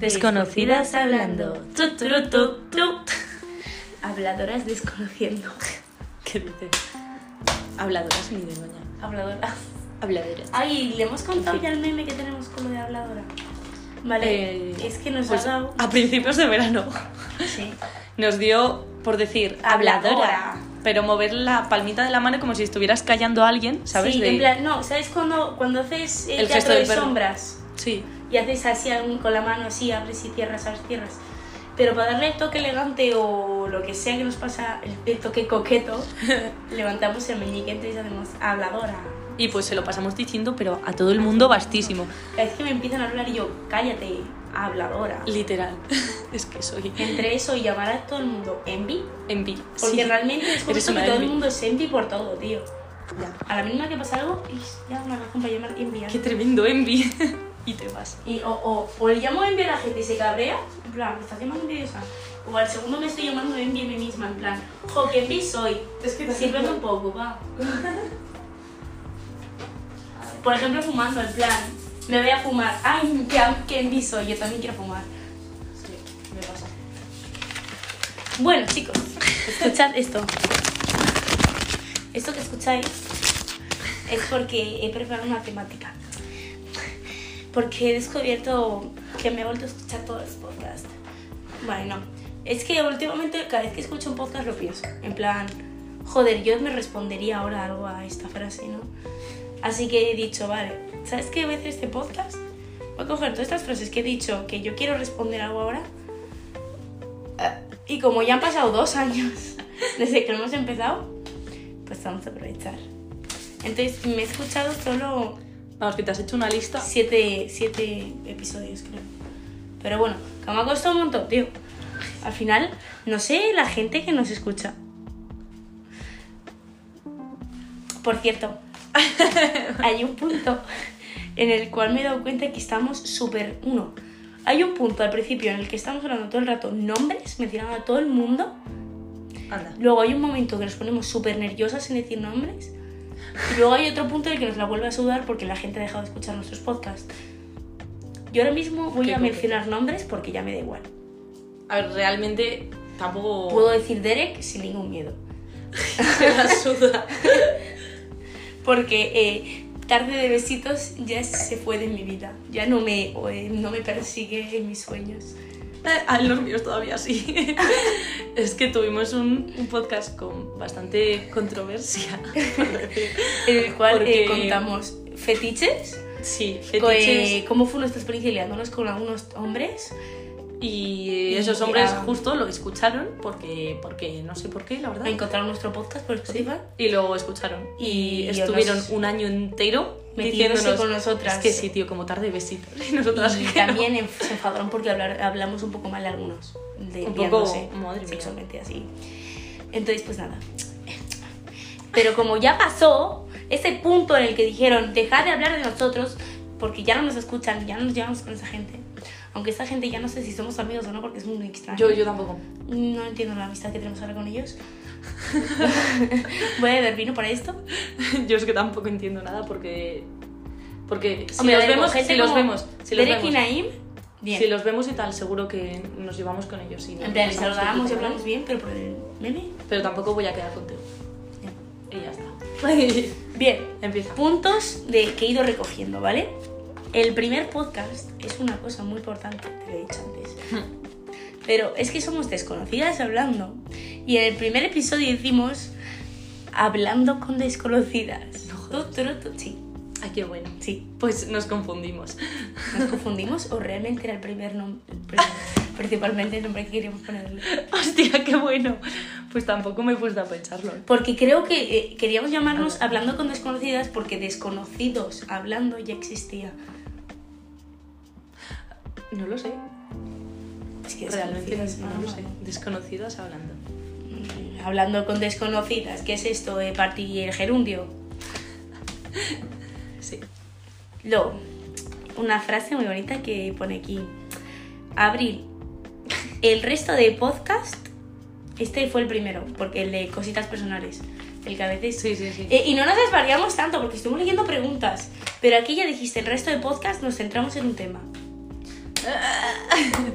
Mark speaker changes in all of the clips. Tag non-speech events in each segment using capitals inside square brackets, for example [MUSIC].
Speaker 1: Desconocidas hablando. Tu, tu, ru, tu, tu.
Speaker 2: Habladoras desconociendo.
Speaker 1: ¿Qué dices?
Speaker 2: Habladoras ni de doña.
Speaker 1: Habladoras.
Speaker 2: Habladoras.
Speaker 1: Ay, le hemos contado ya el meme que tenemos con lo de habladora. Vale,
Speaker 2: Eh,
Speaker 1: es que nos
Speaker 2: Pues,
Speaker 1: ha dado.
Speaker 2: a principios de verano
Speaker 1: Sí.
Speaker 2: nos dio por decir
Speaker 1: Habladora.
Speaker 2: habladora, pero mover la palmita de la mano como si estuvieras callando a alguien, ¿sabes?
Speaker 1: Sí,
Speaker 2: De-
Speaker 1: en plan, no, ¿sabes cuando, cuando haces el,
Speaker 2: El
Speaker 1: teatro
Speaker 2: gesto
Speaker 1: de
Speaker 2: del perro.
Speaker 1: sombras?
Speaker 2: Sí.
Speaker 1: Y haces así algún- con la mano, así, abres y cierras, abres y cierras. Pero para darle el toque elegante o lo que sea que nos pasa, el, el toque [LAUGHS] coqueto, levantamos el meñique entonces hacemos habladora.
Speaker 2: Y pues se lo pasamos diciendo, pero a todo el mundo vastísimo.
Speaker 1: Cada vez que me empiezan a hablar yo, cállate, habladora.
Speaker 2: Literal. [LAUGHS] es que soy
Speaker 1: Entre eso y llamar a todo el mundo envy,
Speaker 2: envi.
Speaker 1: porque
Speaker 2: Sí.
Speaker 1: realmente es
Speaker 2: Eres
Speaker 1: justo que
Speaker 2: una
Speaker 1: todo el
Speaker 2: envy.
Speaker 1: mundo es envy por todo, tío.
Speaker 2: Ya.
Speaker 1: A la misma que pasa algo, y ya una razón para llamar envy. a
Speaker 2: Qué tremendo envi. [LAUGHS] y te vas.
Speaker 1: Y o, o, o le llamo envy a la gente y se cabrea, en plan, me estás llamando envidiosa. O al segundo me estoy llamando envy a mí misma, en plan, jo, que envy soy.
Speaker 3: Es que te-
Speaker 1: Sírveme un poco,
Speaker 3: [LAUGHS]
Speaker 1: va. Por ejemplo, fumando, en plan, me voy a fumar. Ay, que, que envy soy, yo también quiero fumar.
Speaker 3: Sí, me pasa.
Speaker 1: Bueno, chicos, escuchad esto. Esto que escucháis es porque he preparado una temática. Porque he descubierto que me he vuelto a escuchar todos los podcasts. Bueno, no. Es que últimamente cada vez que escucho un podcast lo pienso. En plan, joder, yo me respondería ahora algo a esta frase, ¿no? Así que he dicho, vale, ¿sabes qué voy a hacer este podcast? Voy a coger todas estas frases que he dicho que yo quiero responder algo ahora y como ya han pasado dos años [LAUGHS] desde que hemos empezado, pues vamos a aprovechar. Entonces, me he escuchado solo
Speaker 2: Vamos, que te has hecho una lista.
Speaker 1: siete, siete episodios, creo. Pero bueno, que me ha costado un montón, tío. Al final, no sé la gente que nos escucha. Por cierto, hay un punto en el cual me he dado cuenta que estamos súper uno. Hay un punto al principio en el que estamos hablando todo el rato nombres, mencionando a todo el mundo.
Speaker 2: Anda.
Speaker 1: Luego hay un momento que nos ponemos súper nerviosas en decir nombres. Y luego hay otro punto en el que nos la vuelve a sudar porque la gente ha dejado de escuchar nuestros podcasts. Yo ahora mismo voy
Speaker 2: Qué
Speaker 1: a
Speaker 2: coqueta.
Speaker 1: mencionar nombres porque ya me da igual.
Speaker 2: A ver, realmente tampoco
Speaker 1: Puedo decir Derek sin ningún miedo.
Speaker 2: [LAUGHS] te la suda.
Speaker 1: Porque eh, tarde de besitos ya se fue de mi vida. Ya no me, o, eh, no me persigue en mis sueños.
Speaker 2: [LAUGHS] Eh, A los míos todavía sí. [LAUGHS] es que tuvimos un, un podcast con bastante controversia. [LAUGHS] por decir.
Speaker 1: En el cual eh,
Speaker 2: Porque-
Speaker 1: contamos fetiches,
Speaker 2: sí,
Speaker 1: co-
Speaker 2: fetiches.
Speaker 1: eh, cómo fue nuestra experiencia liándonos con algunos hombres.
Speaker 2: Y
Speaker 1: y,
Speaker 2: esos hombres
Speaker 1: ah,
Speaker 2: justo lo escucharon porque, porque no sé por qué, la verdad.
Speaker 1: Encontraron nuestro podcast por Spotify.
Speaker 2: Y lo escucharon. Y,
Speaker 1: Y
Speaker 2: estuvieron
Speaker 1: nos-
Speaker 2: un año entero
Speaker 1: Metiéndose
Speaker 2: diciéndonos
Speaker 1: con nosotras.
Speaker 2: Es que sí, tío, como tarde de besitos. [LAUGHS] Y nosotras
Speaker 1: Y
Speaker 2: que no.
Speaker 1: también en- se enfadaron porque hablar- hablamos un poco mal de algunos, de
Speaker 2: Un poco,
Speaker 1: viéndose
Speaker 2: madre mía.
Speaker 1: sexualmente así. Entonces, pues nada. Pero como ya pasó ese punto en el que dijeron, dejad de hablar de nosotros porque ya no nos escuchan, ya no nos llevamos con esa gente. Aunque esa gente ya no sé si somos amigos o no porque es muy extraño.
Speaker 2: Yo, yo tampoco. [LAUGHS]
Speaker 1: No entiendo la amistad que tenemos ahora con ellos. [LAUGHS] Voy a beber vino para esto.
Speaker 2: Yo es que tampoco entiendo nada porque. Porque si
Speaker 1: Hombre, da
Speaker 2: los
Speaker 1: igual,
Speaker 2: vemos,
Speaker 1: gente
Speaker 2: si los
Speaker 1: como
Speaker 2: vemos, si los
Speaker 1: Derek y
Speaker 2: vemos.
Speaker 1: Naim, bien.
Speaker 2: Si los vemos y tal, seguro que nos llevamos con ellos. Y no-
Speaker 1: En plan, les
Speaker 2: estamos
Speaker 1: saludamos y
Speaker 2: discutiendo,
Speaker 1: hablamos bien, pero por el meme.
Speaker 2: ¿no? Pero tampoco voy a quedar contigo. Y ya está.
Speaker 1: Bien,
Speaker 2: [LAUGHS] Empieza.
Speaker 1: puntos de que he ido recogiendo, ¿vale? El primer podcast es una cosa muy importante, te lo he dicho antes. Pero es que somos desconocidas hablando. Y en el primer episodio hicimos Hablando con desconocidas. Tu, tu, tu, tu. Sí,
Speaker 2: Ay, qué bueno.
Speaker 1: sí.
Speaker 2: Pues nos confundimos. [LAUGHS]
Speaker 1: ¿Nos confundimos o realmente era el primer nombre? Principalmente el nombre que queríamos ponerle.
Speaker 2: Hostia, qué bueno. Pues tampoco me he puesto a pensarlo. ¿eh?
Speaker 1: Porque creo que eh, queríamos llamarnos Hablando con desconocidas porque desconocidos hablando ya existía.
Speaker 2: No lo sé.
Speaker 1: Es que
Speaker 2: Realmente
Speaker 1: desconocidas,
Speaker 2: no, lo
Speaker 1: no,
Speaker 2: sé.
Speaker 1: no.
Speaker 2: Desconocidas hablando.
Speaker 1: Mm, Hablando con desconocidas, ¿qué es esto? Eh, party el gerundio.
Speaker 2: Sí.
Speaker 1: Luego, una frase muy bonita que pone aquí. Abril. El resto de podcast, este fue el primero, porque el de cositas personales, el que a veces...
Speaker 2: Sí, sí, sí.
Speaker 1: Eh, y no nos desvariamos tanto, porque estuvimos leyendo preguntas, pero aquí ya dijiste, el resto de podcast nos centramos en un tema.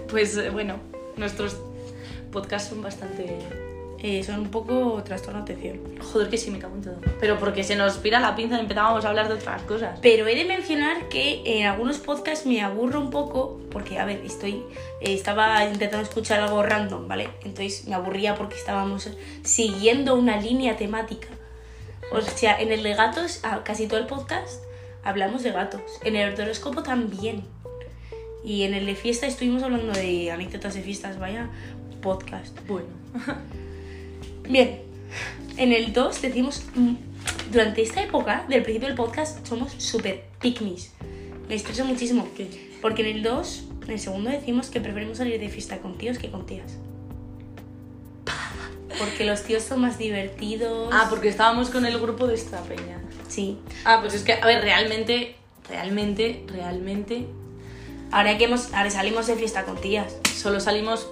Speaker 2: Pues eh, bueno, nuestros podcasts son bastante...
Speaker 1: Eh, son un poco trastorno de atención.
Speaker 2: Joder, que sí, me cago en todo. Pero porque se nos pira la pinza y empezábamos a hablar de otras cosas.
Speaker 1: Pero he de mencionar que en algunos podcasts me aburro un poco porque, a ver, estoy eh, estaba intentando escuchar algo random, ¿vale? Entonces me aburría porque estábamos siguiendo una línea temática. O sea, en el de gatos, a- casi todo el podcast hablamos de gatos. En el horóscopo también. Y en el de fiesta estuvimos hablando de anécdotas de fiestas, vaya podcast.
Speaker 2: Bueno.
Speaker 1: Bien, en el 2 decimos, mm, durante esta época del principio del podcast somos súper picnics. Me estreso muchísimo.
Speaker 2: ¿Qué?
Speaker 1: Porque en el 2, en el segundo decimos que preferimos salir de fiesta con tíos que con tías. Porque los tíos son más divertidos.
Speaker 2: Ah, porque estábamos con el grupo de esta peña.
Speaker 1: Sí.
Speaker 2: Ah, pues es que, a ver, realmente, realmente, realmente,
Speaker 1: Ahora que hemos, ahora salimos de fiesta con tías.
Speaker 2: solo salimos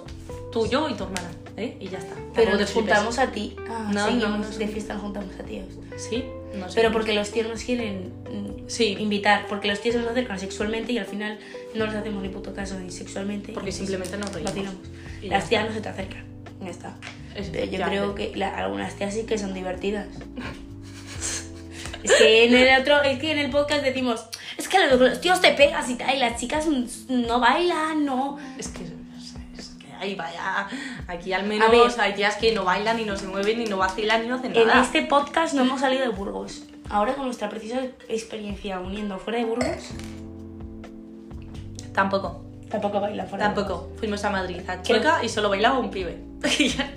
Speaker 2: tú, yo y tu hermana, ¿eh? Y ya está.
Speaker 1: Pero
Speaker 2: Tampoco te
Speaker 1: nos
Speaker 2: flipes.
Speaker 1: juntamos a ti. Ah,
Speaker 2: No,
Speaker 1: seguimos
Speaker 2: no, no, no.
Speaker 1: de fiesta nos juntamos a tíos.
Speaker 2: Sí, no sé.
Speaker 1: Pero porque los tíos nos quieren mm,
Speaker 2: Sí.
Speaker 1: invitar, porque los tíos nos acercan sexualmente y al final no les hacemos ni puto caso ni sexualmente.
Speaker 2: Porque
Speaker 1: y pues
Speaker 2: simplemente nos reímos.
Speaker 1: vacilamos.
Speaker 2: Y ya
Speaker 1: Las tías
Speaker 2: está.
Speaker 1: no se te acercan. Ya está.
Speaker 2: Es-
Speaker 1: Pero yo
Speaker 2: ya,
Speaker 1: creo que la- algunas tías sí que son
Speaker 2: [LAUGHS]
Speaker 1: divertidas. Es que en el otro, es que en el podcast decimos, es que los, los tíos te pegas y tal, y las chicas mm, no bailan, no.
Speaker 2: Es que, no sé, es que ahí vaya. Aquí al
Speaker 1: A
Speaker 2: menos
Speaker 1: ver.
Speaker 2: hay tías que no bailan y no se mueven y no vacilan y no hacen
Speaker 1: En
Speaker 2: nada.
Speaker 1: este podcast no hemos salido de Burgos. Ahora con nuestra precisa experiencia uniendo fuera de Burgos, este-
Speaker 2: Tampoco,
Speaker 1: tampoco bailan fuera. de Burgos.
Speaker 2: tampoco. Fuimos a Madrid, a
Speaker 1: Creo-
Speaker 2: Chueca y solo bailaba un pibe. [LAUGHS] Y ya está.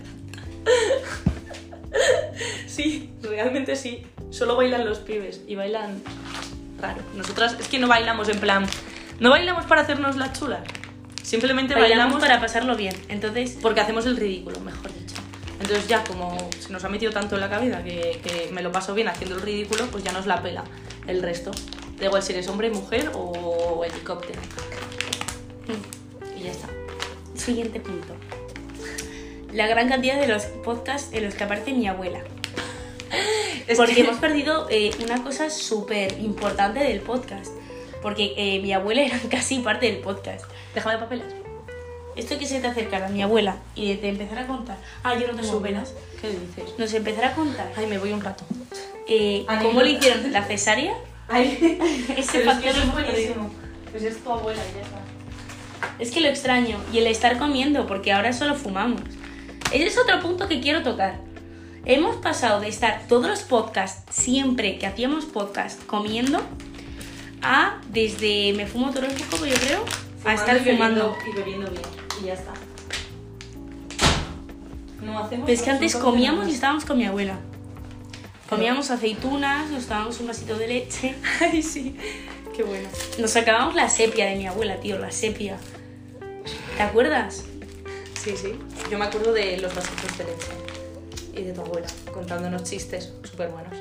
Speaker 2: sí, realmente sí. Solo bailan los pibes y bailan raro. Nosotras es que no bailamos en plan. No bailamos para hacernos las chulas. Simplemente
Speaker 1: Bailamos
Speaker 2: bailamos
Speaker 1: para pasarlo bien. Entonces,
Speaker 2: Porque hacemos el ridículo, mejor dicho. Entonces ya como se nos ha metido tanto en la cabeza que, que me lo paso bien haciendo el ridículo, pues ya nos la pela el resto. Da igual si eres hombre, mujer o helicóptero. Y ya está.
Speaker 1: Siguiente punto. La gran cantidad de los podcasts en los que aparece mi abuela.
Speaker 2: Es
Speaker 1: porque
Speaker 2: que-
Speaker 1: hemos perdido eh, una cosa súper importante del podcast. Porque eh, mi abuela era [LAUGHS] casi parte del podcast.
Speaker 2: Déjame papeles.
Speaker 1: Esto que se te acercara a mi abuela y te empezara a contar. Ah, yo no tengo abuelas.
Speaker 2: ¿Qué dices?
Speaker 1: Nos empezara a contar
Speaker 2: Ay, me voy un rato.
Speaker 1: eh, cómo
Speaker 3: Anécdota.
Speaker 1: le hicieron la
Speaker 3: [LAUGHS]
Speaker 1: cesárea. Ese
Speaker 3: Pero es que
Speaker 1: factor
Speaker 3: eso es
Speaker 1: hemos perdido.
Speaker 3: buenísimo. Pues es tu abuela y ya está.
Speaker 1: Es que lo extraño. Y el estar comiendo, porque ahora solo fumamos. Ese es otro punto que quiero tocar. Hemos pasado de estar todos los podcasts, siempre que hacíamos podcast, comiendo, a desde me fumo todo el poco, yo creo, a
Speaker 3: Fumando
Speaker 1: estar
Speaker 3: y bebiendo-
Speaker 1: fumando.
Speaker 3: Y bebiendo bien. Y ya está. No hacemos.
Speaker 1: Pues que antes
Speaker 3: absolutamente
Speaker 1: comíamos y
Speaker 3: nada.
Speaker 1: estábamos con mi abuela. Comíamos aceitunas, nos dábamos un vasito de leche.
Speaker 2: [LAUGHS] Ay, sí. Qué bueno.
Speaker 1: Nos sacábamos la sepia de mi abuela, tío, la sepia. ¿Te acuerdas?
Speaker 2: Sí, sí. Yo me acuerdo de los vasitos de leche. Y de tu abuela, contándonos chistes súper buenos.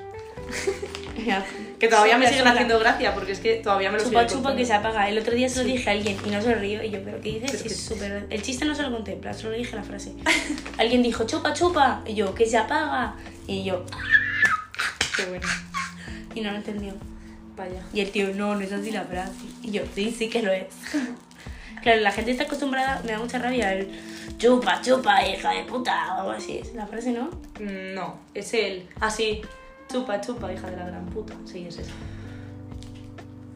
Speaker 2: Que todavía me
Speaker 1: Chupa,
Speaker 2: siguen
Speaker 1: chupa.
Speaker 2: haciendo gracia, porque es que todavía me lo
Speaker 1: Chupa
Speaker 2: sigue
Speaker 1: chupa que
Speaker 2: contando.
Speaker 1: se apaga. El otro día se lo dije a alguien y no se lo río. Y yo, pero ¿qué dices?
Speaker 2: Pero
Speaker 1: Si
Speaker 2: es
Speaker 1: es
Speaker 2: que-
Speaker 1: súper- El chiste no se lo contempla, solo dije la frase. [LAUGHS] Alguien dijo, chupa chupa. Y yo, que se apaga. Y yo, "Ah",
Speaker 2: Qué bueno.
Speaker 1: y no lo entendió.
Speaker 2: Vaya.
Speaker 1: Y el tío, no, no es así la frase. Y yo, sí, sí que lo es. [LAUGHS] Claro, la gente está acostumbrada, me da mucha rabia el chupa chupa, hija de puta. O algo así. Es la frase, ¿no?
Speaker 2: Mm, No, es el. Así. chupa, chupa, hija de la gran puta. Sí, es eso.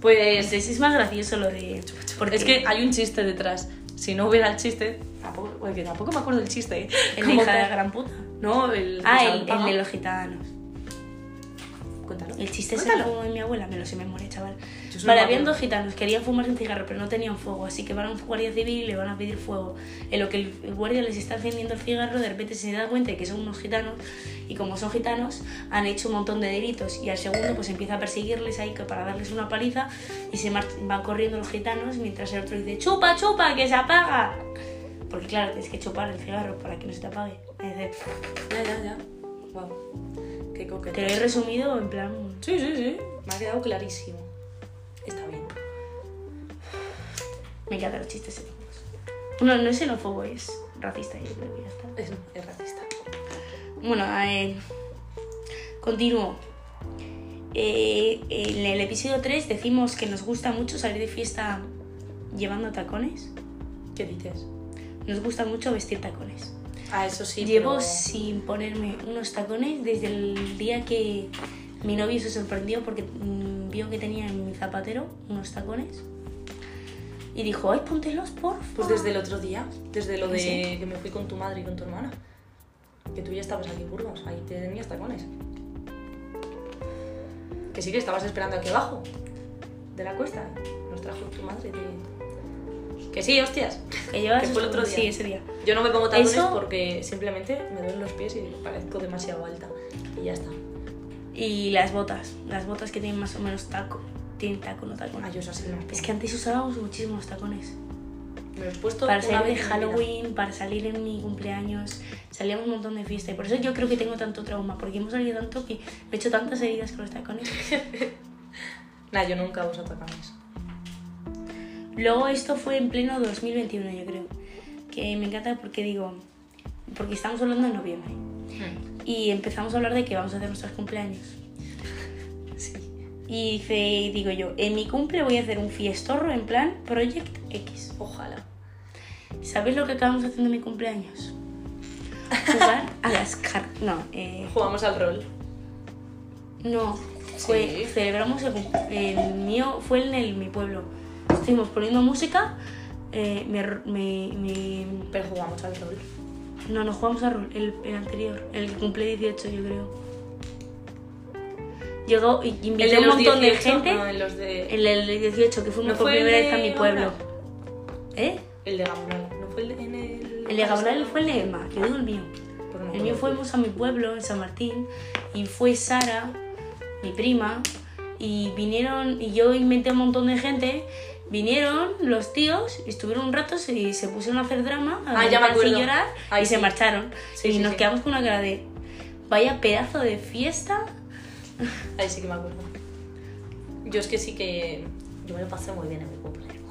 Speaker 2: Pues.
Speaker 1: Entonces es más gracioso lo de chupa chupa.
Speaker 2: Es que hay un chiste detrás. Si no hubiera el chiste. Tampoco, bueno, que tampoco me acuerdo del chiste, ¿eh?
Speaker 1: El
Speaker 2: Como
Speaker 1: hija de
Speaker 2: que-
Speaker 1: la gran puta.
Speaker 2: No, el.
Speaker 1: Ah,
Speaker 2: que se
Speaker 1: el, el
Speaker 2: apaga.
Speaker 1: de los gitanos.
Speaker 2: Cuéntalo.
Speaker 1: El chiste es
Speaker 2: Cuéntalo.
Speaker 1: como de mi abuela, me lo sé de memoria, chaval.
Speaker 2: Yo solo
Speaker 1: Vale,
Speaker 2: me
Speaker 1: habían
Speaker 2: acuerdo.
Speaker 1: dos gitanos, querían fumarse un cigarro, pero no tenían fuego, así que van a un guardia civil y le van a pedir fuego. En lo que el el guardia les está encendiendo el cigarro, de repente se da cuenta que son unos gitanos, y como son gitanos, han hecho un montón de delitos. Y al segundo, pues empieza a perseguirles ahí que para darles una paliza, y se mar- van corriendo los gitanos, mientras el otro dice: ¡Chupa, chupa, que se apaga! Porque claro, tienes que chupar el cigarro para que no se te apague. Es decir,
Speaker 2: Ya, ya, ya. Wow. Qué coqueto.
Speaker 1: te lo he resumido en plan.
Speaker 2: Sí, sí, sí. Me ha quedado clarísimo. Está bien.
Speaker 1: Me encantan los chistes xenófobos. No, no es xenófobo, es racista, yo creo que ya está.
Speaker 2: Es, es racista.
Speaker 1: Bueno, eh, continúo. Eh, en el episodio 3 decimos que nos gusta mucho salir de fiesta llevando tacones.
Speaker 2: ¿Qué dices?
Speaker 1: Nos gusta mucho vestir tacones.
Speaker 2: Ah, eso sí.
Speaker 1: Llevo
Speaker 2: pero-
Speaker 1: sin ponerme unos tacones desde el día que mi novio se sorprendió porque mm, vio que tenía en mi zapatero unos tacones. Y dijo, ay, póntelos, por
Speaker 2: Pues desde el otro día, desde lo de
Speaker 1: ¿Ah, Sí.
Speaker 2: que me fui con tu madre y con tu hermana, que tú ya estabas aquí en Burgos, ahí te tenías tacones. Que sí que estabas esperando aquí abajo, de la cuesta. Nos trajo tu madre de- Que sí, hostias.
Speaker 1: Que llevas
Speaker 2: Que fue el otro día.
Speaker 1: Sí, ese día.
Speaker 2: Yo no me pongo tacones
Speaker 1: Eso-
Speaker 2: porque simplemente me duelen los pies y parezco demasiado alta. Y ya está.
Speaker 1: Y las botas, las botas que tienen más o menos taco. Tienen taco, no taco.
Speaker 2: Ah, yo eso así no.
Speaker 1: Es que antes usábamos muchísimos tacones.
Speaker 2: Me los he puesto
Speaker 1: Para
Speaker 2: una
Speaker 1: salir de
Speaker 2: vez en mi vida.
Speaker 1: Halloween, para salir en mi cumpleaños, salíamos un montón de fiesta. Y por eso yo creo que tengo tanto trauma, porque hemos salido tanto que me he hecho tantas heridas con los tacones.
Speaker 2: Nah, yo nunca uso tacones.
Speaker 1: Luego esto fue en pleno 2021, yo creo. Que me encanta porque digo, porque estamos hablando en noviembre. Y empezamos a hablar de que vamos a hacer nuestros cumpleaños. Y dice, digo yo, en mi cumple voy a hacer un fiestorro en plan Project X.
Speaker 2: Ojalá.
Speaker 1: ¿Sabéis lo que acabamos haciendo en mi cumpleaños? Jugar a las cartas. No, eh,
Speaker 2: Jugamos al rol.
Speaker 1: no. Fue,
Speaker 2: Sí.
Speaker 1: Celebramos el, cum- el mío, fue en el, mi pueblo. Estuvimos poniendo música. eh, me, r- me- me-
Speaker 2: Pero jugamos al rol.
Speaker 1: no, no jugamos a rol, el, el anterior, el que cumple 18, yo creo. Llegó y invité a un montón de gente.
Speaker 2: No, en los de...
Speaker 1: El del 18, que fuimos
Speaker 2: ¿No
Speaker 1: por
Speaker 2: fue el
Speaker 1: primera
Speaker 2: de
Speaker 1: vez a mi pueblo. ¿Eh?
Speaker 2: El de Gamonal. ¿No fue el de, en el...?
Speaker 1: El de Gabriel fue el de Emma, que digo el mío. El mío fuimos a mi pueblo, en San Martín, y fue Sara, mi prima, y vinieron, y yo inventé un montón de gente. Vinieron los tíos, estuvieron un rato y se pusieron a hacer drama, a
Speaker 2: Ah, ya
Speaker 1: gritarse
Speaker 2: me acuerdo.
Speaker 1: y llorar,
Speaker 2: Ay,
Speaker 1: y se
Speaker 2: sí.
Speaker 1: marcharon.
Speaker 2: Sí,
Speaker 1: y
Speaker 2: sí,
Speaker 1: nos
Speaker 2: sí.
Speaker 1: quedamos con una cara de, vaya pedazo de fiesta.
Speaker 2: Ahí sí que me acuerdo. Yo es que sí que... Yo me lo pasé muy bien en mi cumple. [LAUGHS]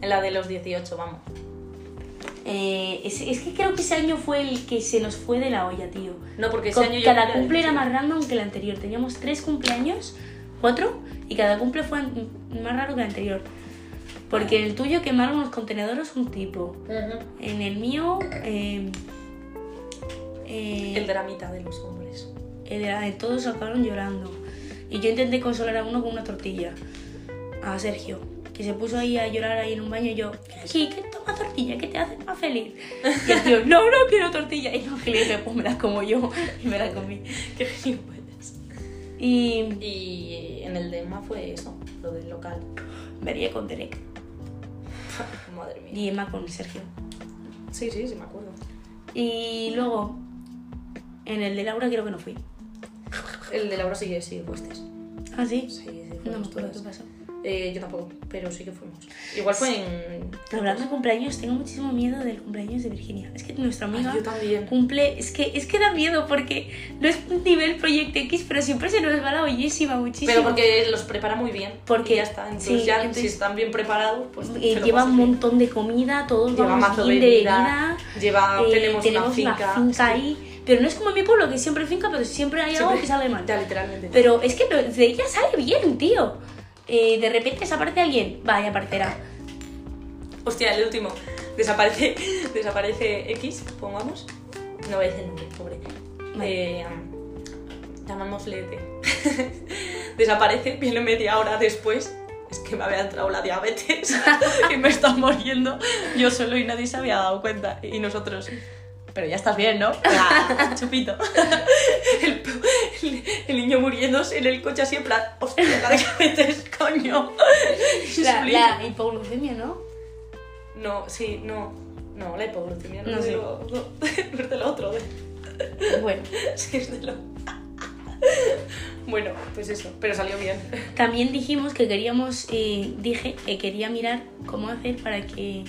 Speaker 2: En la de los 18, vamos.
Speaker 1: Eh, es, es que creo que ese año fue el que se nos fue de la olla, tío.
Speaker 2: No, porque ese
Speaker 1: Co-
Speaker 2: año yo...
Speaker 1: cada
Speaker 2: cumplí la
Speaker 1: cumple era
Speaker 2: 18.
Speaker 1: más random que el anterior. Teníamos tres cumpleaños, cuatro, y cada cumple fue m- más raro que el anterior. Porque en el tuyo quemaron los contenedores un tipo.
Speaker 2: Ujú.
Speaker 1: En el mío, eh, eh,
Speaker 2: El dramita de los hombres. [LAUGHS]
Speaker 1: el de la de todos acabaron llorando. Y yo intenté consolar a uno con una tortilla. A Sergio, que se puso ahí a llorar ahí en un baño. Y yo, "Ven aquí, que toma tortilla, que te hace más feliz. Y el tío, no, no quiero tortilla. Y no, que le dije, pues me la como yo. [LAUGHS] Y me la comí.
Speaker 2: Qué gilipollas.
Speaker 1: Y
Speaker 2: Y en el de Emma fue eso, lo del local.
Speaker 1: María con Derek
Speaker 2: Madre mía.
Speaker 1: y Emma con Sergio.
Speaker 2: Sí, sí, sí me acuerdo.
Speaker 1: Y luego, en el de Laura creo que no fui.
Speaker 2: El de Laura sí que sí, fuestes.
Speaker 1: Ah, sí.
Speaker 2: Sí, Pues sí,
Speaker 1: No me
Speaker 2: fuimos
Speaker 1: acuerdo
Speaker 2: todas.
Speaker 1: qué pasó.
Speaker 2: Eh, yo tampoco, pero sí que fuimos. Igual fue en...
Speaker 1: Hablando de cumpleaños, tengo muchísimo miedo del cumpleaños de Virginia. Es que nuestra
Speaker 2: Ay,
Speaker 1: amiga
Speaker 2: yo también.
Speaker 1: cumple. Es que, es que da miedo porque no es un nivel Proyecto X, pero siempre se nos va la bellísima muchísimo.
Speaker 2: Pero porque los prepara muy bien.
Speaker 1: Porque-
Speaker 2: y ya está. Entonces
Speaker 1: sí,
Speaker 2: ya
Speaker 1: entonces-
Speaker 2: si están bien preparados, pues...
Speaker 1: Eh,
Speaker 2: se lo
Speaker 1: lleva
Speaker 2: pasas
Speaker 1: un
Speaker 2: bien.
Speaker 1: montón de comida, todos
Speaker 2: Lleva
Speaker 1: vamos
Speaker 2: mazo
Speaker 1: bien de
Speaker 2: bebida.
Speaker 1: bebida.
Speaker 2: Lleva...
Speaker 1: eh,
Speaker 2: tenemos, una finca.
Speaker 1: ahí. Pero no es como en mi pueblo, que siempre hay finca, pero siempre hay algo
Speaker 2: Siempre-
Speaker 1: que sale mal.
Speaker 2: Ya, literalmente.
Speaker 1: Pero es que no- de ella sale bien, tío. Eh, de repente desaparece alguien. Vaya, aparecerá.
Speaker 2: Hostia, el último. Desaparece, [LAUGHS] desaparece X, pongamos. No voy a decir el nombre, pobre.
Speaker 1: Vale.
Speaker 2: Eh, llamámosle T. [LAUGHS] desaparece, viene media hora después. Es que me había entrado la [LAUGHS] diabetes y me estaba muriendo yo solo y nadie se había dado cuenta. Y nosotros. Pero ya estás bien, ¿no? [LAUGHS] Ah, Chupito. El, el- el niño muriéndose en el coche así en plan, hostia, la diabetes, [LAUGHS] coño.
Speaker 1: La,
Speaker 2: Split.
Speaker 1: la hipoglucemia, ¿no?
Speaker 2: No, sí, no. No, la hipoglucemia no,
Speaker 1: No
Speaker 2: es
Speaker 1: sé.
Speaker 2: de lo, no, no [LAUGHS] es de lo otro. de-
Speaker 1: Bueno,
Speaker 2: sí, es de lo... [LAUGHS] Bueno, pues eso, pero salió bien.
Speaker 1: también dijimos que queríamos, eh, dije que quería mirar cómo hacer para que...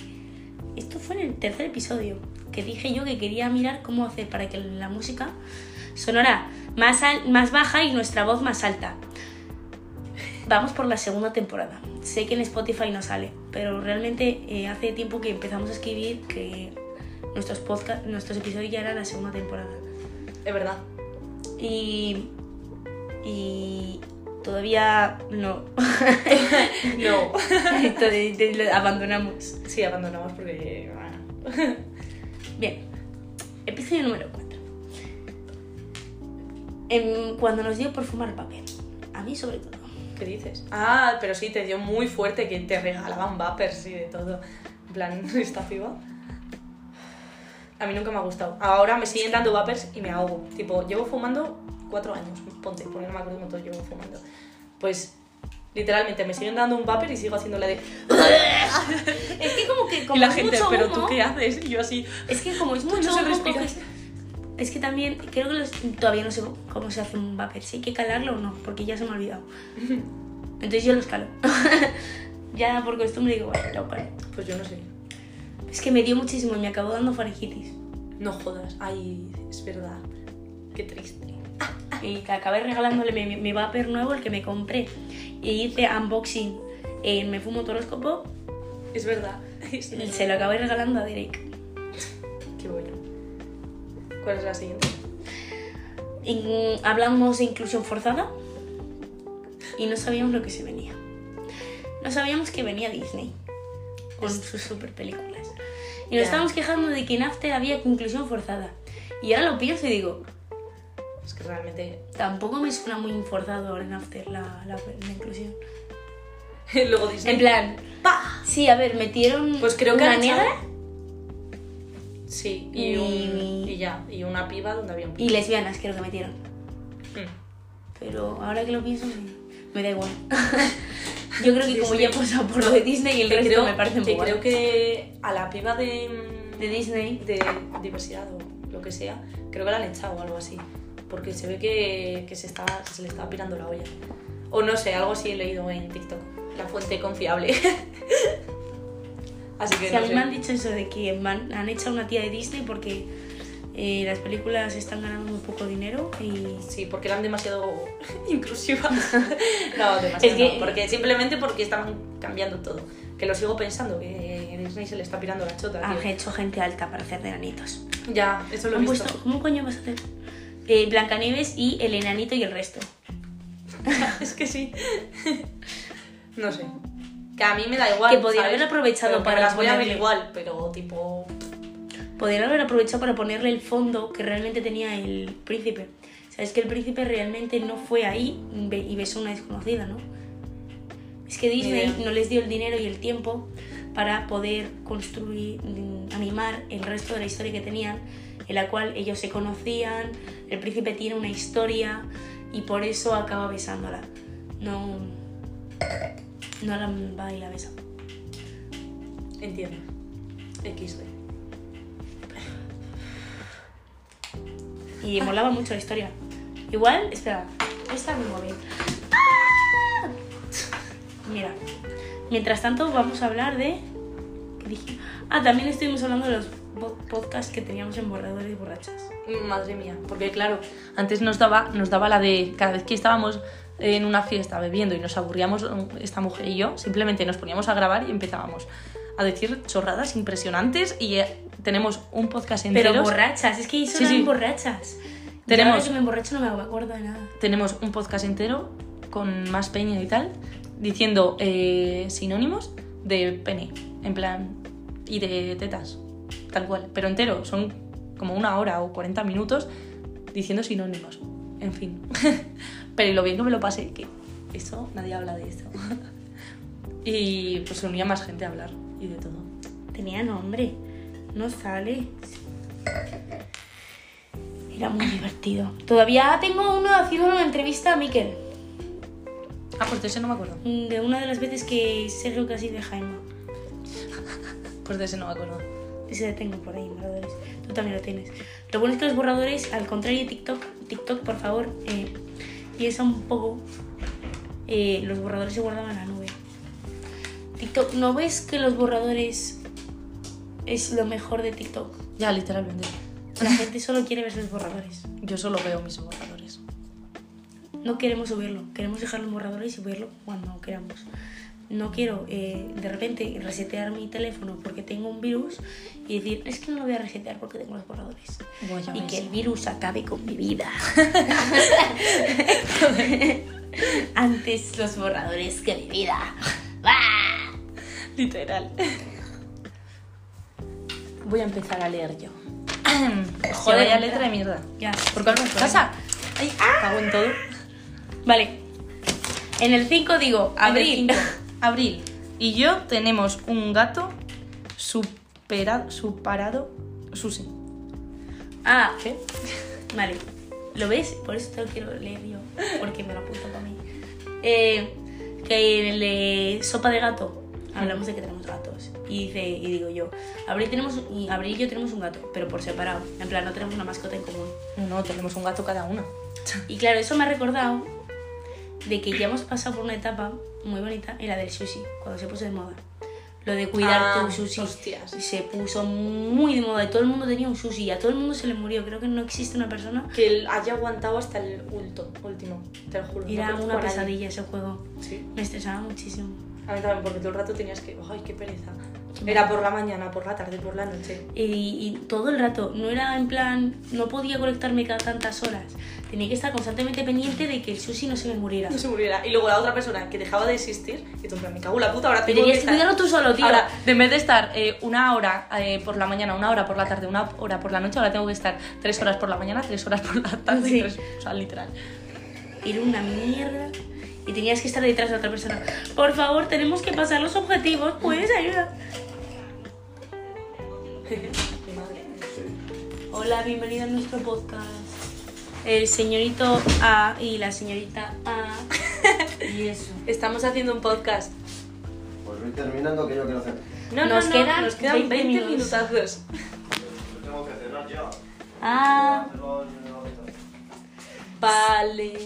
Speaker 1: Esto fue en el tercer episodio, que dije yo que quería mirar cómo hacer para que la música sonora más, al- más baja y nuestra voz más alta. Vamos por la segunda temporada. Sé que en Spotify no sale, pero realmente eh, hace tiempo que empezamos a escribir que nuestros, podcast, nuestros episodios ya era la segunda temporada.
Speaker 2: Es verdad.
Speaker 1: Y, y todavía no.
Speaker 2: No.
Speaker 1: Entonces te- lo abandonamos.
Speaker 2: [LAUGHS] Sí, abandonamos porque. ah, bueno.
Speaker 1: Bien, episodio número 4. Em, cuando nos dio por fumar papel. A mí sobre todo.
Speaker 2: ¿Qué dices? Ah, pero sí, te dio muy fuerte que te regalaban vapers y de todo. En plan, [LAUGHS] ¿esta piba? A mí nunca me ha gustado. Ahora me siguen dando vapers y me ahogo. Tipo, llevo fumando cuatro años, ponte, porque no me acuerdo cuántos llevo fumando. Pues, literalmente, me siguen dando un vaper y sigo haciéndole de...
Speaker 1: Es que como que como
Speaker 2: y la
Speaker 1: es
Speaker 2: gente,
Speaker 1: mucho
Speaker 2: pero
Speaker 1: humo-
Speaker 2: tú qué haces? Y yo así...
Speaker 1: Es que como es
Speaker 2: no
Speaker 1: mucho
Speaker 2: se
Speaker 1: humo,
Speaker 2: respira.
Speaker 1: coges- Es que también creo que los- todavía no sé cómo se hace un vapor. Si hay que calarlo o no, porque ya se me ha olvidado. Entonces yo los calo. [LAUGHS] ya por costumbre digo, bueno, lo calo.
Speaker 2: Pues yo no sé.
Speaker 1: Es que me dio muchísimo y me acabó dando faringitis.
Speaker 2: No jodas. Ay, es verdad. Qué triste.
Speaker 1: Y que acabé regalándole mi, mi, mi vapor nuevo, el que me compré. Y hice unboxing. Eh, me fumo horóscopo
Speaker 2: Es verdad. [LAUGHS]
Speaker 1: y se lo acabé regalando a Derek.
Speaker 2: Qué bueno. ¿Cuál es la siguiente?
Speaker 1: In- mm, hablamos de inclusión forzada y no sabíamos lo que se venía. No sabíamos que venía Disney con sus super películas. Y nos
Speaker 2: Ya.
Speaker 1: estábamos quejando de que en After había inclusión forzada. Y ahora lo pienso y digo,
Speaker 2: Es que realmente. [LAUGHS]
Speaker 1: tampoco me suena muy forzado ahora en After la, la- la inclusión.
Speaker 2: Luego Disney.
Speaker 1: En plan,
Speaker 2: ¡pa!
Speaker 1: sí, a ver, metieron
Speaker 2: Pues creo que
Speaker 1: una
Speaker 2: han echado-
Speaker 1: negra
Speaker 2: Sí, y,
Speaker 1: Y-
Speaker 2: un- y ya. Y una piba donde había un pibe.
Speaker 1: y lesbianas, creo que metieron.
Speaker 2: Mm.
Speaker 1: Pero ahora que lo pienso, me- me da igual. [LAUGHS] Yo creo que como
Speaker 2: Disney.
Speaker 1: ya he pasado por lo de Disney y el
Speaker 2: Que
Speaker 1: resto
Speaker 2: creo,
Speaker 1: me parece muy
Speaker 2: que
Speaker 1: guay.
Speaker 2: creo que a la piba de. mm,
Speaker 1: de Disney.
Speaker 2: de diversidad o lo que sea, creo que la han echado o algo así. Porque se ve que, que se, estaba, que se le estaba pirando la olla. O no sé, algo así he leído en TikTok. La fuente confiable. [LAUGHS] así que
Speaker 1: Si
Speaker 2: no
Speaker 1: a mí
Speaker 2: sé.
Speaker 1: me han dicho eso de que me han, han echado una tía de Disney porque eh, las películas están ganando muy poco dinero y...
Speaker 2: Sí, porque eran demasiado [LAUGHS]
Speaker 1: [LAUGHS]
Speaker 2: inclusivas. no, demasiado.
Speaker 1: Es que-
Speaker 2: no, porque simplemente porque estaban cambiando todo. Que lo sigo pensando, que Disney se le está pirando la chota.
Speaker 1: Han
Speaker 2: tío.
Speaker 1: hecho gente alta para hacer de enanitos.
Speaker 2: Ya, eso lo he
Speaker 1: Ah, Han
Speaker 2: visto.
Speaker 1: puesto- ¿Cómo coño vas a hacer? Eh, Blancanieves y el enanito y el resto.
Speaker 2: es que sí. no sé. Que a mí me da igual.
Speaker 1: Que podía
Speaker 2: ¿sabes?
Speaker 1: haber aprovechado
Speaker 2: Pero que
Speaker 1: para
Speaker 2: me las voy a ver
Speaker 1: ponerle-
Speaker 2: igual, pero tipo.
Speaker 1: Podrían haber aprovechado para ponerle el fondo que realmente tenía el príncipe. Sabes que el príncipe realmente no fue ahí be- y besó a una desconocida, ¿no? Es que Disney
Speaker 2: idea.
Speaker 1: no les dio el dinero y el tiempo para poder construir, mm, animar el resto de la historia que tenían, en la cual ellos se conocían, el príncipe tiene una historia y por eso acaba besándola. No, no la va y la besa.
Speaker 2: Entiendo. XD.
Speaker 1: Y molaba mucho la historia. Igual, espera, esta me mueve. ¡Ah! Mira, mientras tanto vamos a hablar de... ¿qué dije? Ah, también estuvimos hablando de los bo- podcasts que teníamos en Borradores Borrachas.
Speaker 2: Madre mía, porque claro, antes nos daba, nos daba la de cada vez que estábamos en una fiesta bebiendo y nos aburríamos mm, esta mujer y yo, simplemente nos poníamos a grabar y empezábamos a decir chorradas impresionantes y eh, tenemos un podcast entero.
Speaker 1: Pero borrachas, es que son
Speaker 2: Sí, sí.
Speaker 1: borrachas. Yo
Speaker 2: Tenemos-
Speaker 1: ahora que me emborracho no me acuerdo de nada.
Speaker 2: tenemos un podcast entero con más peña y tal, diciendo eh, sinónimos de pene, en plan, y de tetas, tal cual, pero entero, son como una hora o 40 minutos diciendo sinónimos, en fin. [LAUGHS] pero y lo bien que me lo pasé, que eso, nadie habla de eso. [LAUGHS] y pues se unía más gente a hablar y de todo.
Speaker 1: Tenía nombre, no sale. Era muy divertido. Todavía tengo uno haciendo una entrevista a Miquel.
Speaker 2: Ah, pues de ese no me acuerdo,
Speaker 1: De una de las veces que Sergio casi de Jaime.
Speaker 2: pues de ese no me acuerdo.
Speaker 1: Ese lo tengo por ahí en borradores. Tú también lo tienes. Lo bueno es que los borradores, al contrario de TikTok, TikTok, por favor, eh, piensa un poco. eh, los borradores se guardaban en la nube. TikTok, ¿no ves que los borradores es lo mejor de TikTok?
Speaker 2: Ya, literalmente.
Speaker 1: La gente solo quiere ver los borradores.
Speaker 2: Yo solo veo mis borradores.
Speaker 1: No queremos subirlo, queremos dejar los borradores y subirlo cuando queramos. No quiero eh, de repente resetear mi teléfono porque tengo un virus y decir, es que no lo voy a resetear porque tengo los borradores.
Speaker 2: Buah, ya
Speaker 1: y
Speaker 2: ves.
Speaker 1: que el virus acabe con mi vida. Antes [LAUGHS] antes los borradores que mi vida. ¡Bah!
Speaker 2: Literal. Voy a empezar a leer [CLEARS THROAT] yo.
Speaker 1: Joder,
Speaker 2: Joder,
Speaker 1: letra.
Speaker 2: letra de mierda. Ah.
Speaker 1: Ya.
Speaker 2: ¿Por cuál me pasa? Ay, cago en todo.
Speaker 1: Vale. En el 5 digo, abril.
Speaker 2: Abril. Abril. Y yo tenemos un gato superado, superado, Susi.
Speaker 1: Ah,
Speaker 2: ¿Qué?
Speaker 1: [LAUGHS] Vale. ¿Lo ves? Por eso te lo quiero leer yo. Porque me lo apunto para mí. Eh, que le sopa de gato. Hablamos de que tenemos gatos. Y dice, y digo yo, Abril tenemos y Abril y yo tenemos un gato, pero por separado. En plan, no tenemos una mascota en
Speaker 2: [LAUGHS]
Speaker 1: común.
Speaker 2: No, no, tenemos un gato cada uno.
Speaker 1: Y claro, eso me ha recordado de que ya hemos pasado por una etapa muy bonita, en la del sushi, cuando se puso de moda. Lo de cuidar
Speaker 2: Ah,
Speaker 1: tu sushi.
Speaker 2: hostias.
Speaker 1: Y se puso muy de moda y todo el mundo tenía un sushi y a todo el mundo se le murió. Creo que no existe una persona
Speaker 2: Que él haya aguantado hasta el ulto, último, te lo juro. no
Speaker 1: Era
Speaker 2: conozco
Speaker 1: una
Speaker 2: a nadie.
Speaker 1: pesadilla ese juego.
Speaker 2: Sí.
Speaker 1: Me estresaba muchísimo.
Speaker 2: A mí también, porque todo el rato tenías que. ¡Ay, qué pereza! Era por la mañana, por la tarde, por la noche.
Speaker 1: Y, y todo el rato, no era en plan, no podía conectarme cada tantas horas. Tenía que estar constantemente pendiente de que el sushi no se me muriera.
Speaker 2: No se muriera. Y luego la otra persona que dejaba de existir, y tú, en plan, me cago en la puta, ahora
Speaker 1: Pero
Speaker 2: tengo
Speaker 1: tenías que cuidarlo tú solo, tío.
Speaker 2: Ahora, en vez de estar eh, una hora eh, por la mañana, una hora por la tarde, una hora por la noche, ahora tengo que estar tres horas por la mañana, tres horas por la tarde,
Speaker 1: Sí.
Speaker 2: y tres, o sea, literal. [LAUGHS]
Speaker 1: Era una mierda. Y tenías que estar detrás de otra persona. Por favor, tenemos que pasar los objetivos. ¿Puedes ayudar? Hola, bienvenida a nuestro podcast. El señorito A y la señorita A.
Speaker 3: Y eso.
Speaker 2: Estamos haciendo un podcast.
Speaker 4: Pues voy terminando que yo quiero hacer.
Speaker 2: No,
Speaker 1: Nos
Speaker 2: no, no,
Speaker 1: quedan
Speaker 2: nos quedan
Speaker 1: 20
Speaker 2: 20,
Speaker 1: minutos.
Speaker 2: minutazos.
Speaker 4: Yo tengo que cenar ya.
Speaker 1: Ah.
Speaker 2: Vale.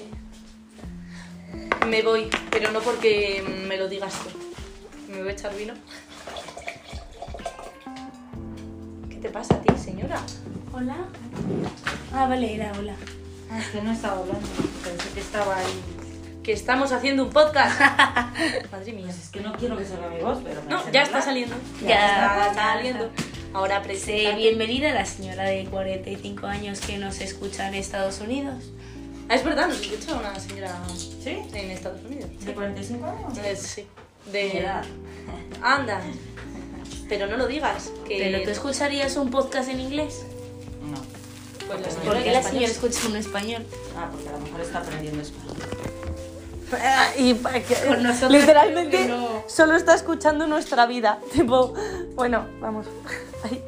Speaker 2: Me voy, pero no porque me lo digas tú. Me voy a echar vino. ¿Qué te pasa a ti, señora?
Speaker 1: Hola. Ah, vale, era hola.
Speaker 3: Ah, es que no estaba hablando. Pensé que estaba ahí.
Speaker 2: Que estamos haciendo un podcast. Madre mía.
Speaker 3: Pues es que no quiero que salga mi voz, pero. me
Speaker 2: No,
Speaker 3: hace
Speaker 2: ya está
Speaker 3: hablar.
Speaker 2: saliendo.
Speaker 1: Ya
Speaker 2: Ya,
Speaker 1: está,
Speaker 2: está,
Speaker 1: ya
Speaker 2: saliendo. Ahora presenta.
Speaker 1: Sí, bienvenida a la señora de 45 años que nos escucha en Estados Unidos.
Speaker 2: Ah, es verdad, nos escucha una señora
Speaker 3: ¿Sí?
Speaker 2: en Estados Unidos.
Speaker 3: ¿De 45 años?
Speaker 2: Eh, sí.
Speaker 3: ¿Qué
Speaker 2: De.
Speaker 3: edad?
Speaker 2: Anda. Pero no lo digas. Que
Speaker 1: ¿Pero tú escucharías un podcast en inglés?
Speaker 3: No.
Speaker 2: Pues la señora
Speaker 1: ¿Por qué
Speaker 2: en
Speaker 1: la
Speaker 2: español.
Speaker 1: señora escucha un español?
Speaker 3: Ah, porque a lo mejor está aprendiendo español.
Speaker 2: Ah, Y
Speaker 1: Con nosotros
Speaker 2: literalmente
Speaker 1: creo que no.
Speaker 2: solo está escuchando nuestra vida. [LAUGHS] Tipo, bueno, vamos. [LAUGHS] Ay.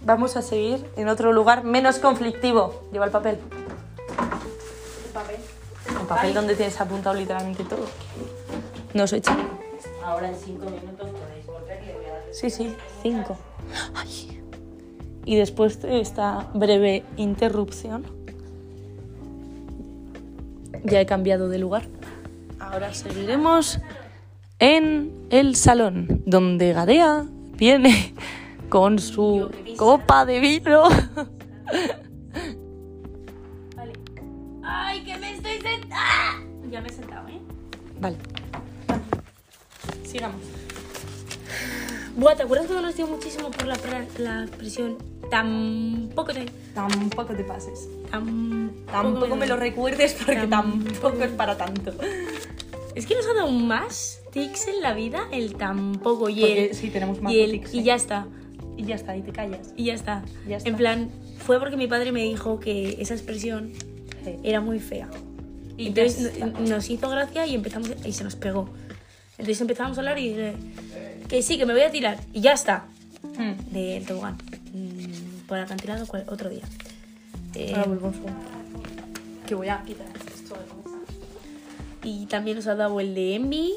Speaker 2: Vamos a seguir en otro lugar menos conflictivo. Lleva el papel. El papel. El papel donde tienes apuntado literalmente todo. No soy chica.
Speaker 3: Ahora en 5 minutos podéis volver y le voy a dar.
Speaker 2: Sí, sí, cinco. Ay. Y después de esta breve interrupción, ya he cambiado de lugar. Ahora seguiremos en el salón, donde Gadea viene con su copa de vino.
Speaker 1: ¡Ay, que me estoy sentada! Ya me he sentado, ¿eh?
Speaker 2: [LAUGHS] Vale. Sigamos. Buah, ¿te acuerdas cuando nos dio
Speaker 1: Muchísimo por la, pra- la presión. Tampoco te...
Speaker 2: Tampoco te pases.
Speaker 1: Tampoco,
Speaker 2: Tampoco me lo recuerdes porque tampoco es para tanto.
Speaker 1: Es que nos ha dado más tics en la vida el tampoco y
Speaker 2: Porque
Speaker 1: el...
Speaker 2: sí, tenemos más
Speaker 1: y, el-
Speaker 2: tics,
Speaker 1: y
Speaker 2: sí.
Speaker 1: ya está.
Speaker 2: Y ya está, y te callas.
Speaker 1: Y ya está.
Speaker 2: Ya está.
Speaker 1: En plan, fue porque mi padre me dijo que esa expresión era muy fea.
Speaker 2: Y
Speaker 1: Entonces
Speaker 2: ya
Speaker 1: n-
Speaker 2: está.
Speaker 1: nos hizo gracia y empezamos y se nos pegó. Entonces empezamos a hablar y dije, que sí, que me voy a tirar. Y ya está.
Speaker 2: Mm.
Speaker 1: Del tobogán. Mm, Por acantilado cual- otro día. Eh,
Speaker 2: Ahora vuelvo un segundo. Que voy a quitar esto de la mesa.
Speaker 1: y también nos ha dado el de Envy,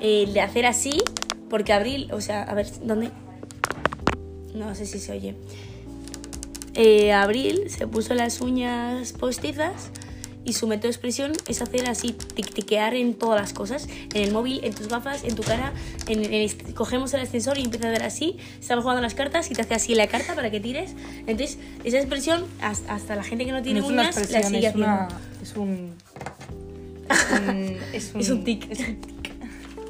Speaker 1: el de hacer así, porque abril, o sea, a ver, ¿dónde? No sé si se oye. Eh, abril se puso las uñas postizas y su método de expresión es hacer así, tic-tiquear en todas las cosas, en el móvil, en tus gafas, en tu cara, en, en el- cogemos el ascensor y empieza a hacer así, estamos jugando las cartas y te hace así la carta para que tires. Entonces, esa expresión, has- hasta, la gente que no tiene
Speaker 2: No es una
Speaker 1: uñas, la
Speaker 2: expresión,
Speaker 1: sigue
Speaker 2: es,
Speaker 1: haciendo.
Speaker 2: una,
Speaker 1: [LAUGHS]
Speaker 2: es un... Es un, es
Speaker 1: Es un tic.
Speaker 2: Mm. es un-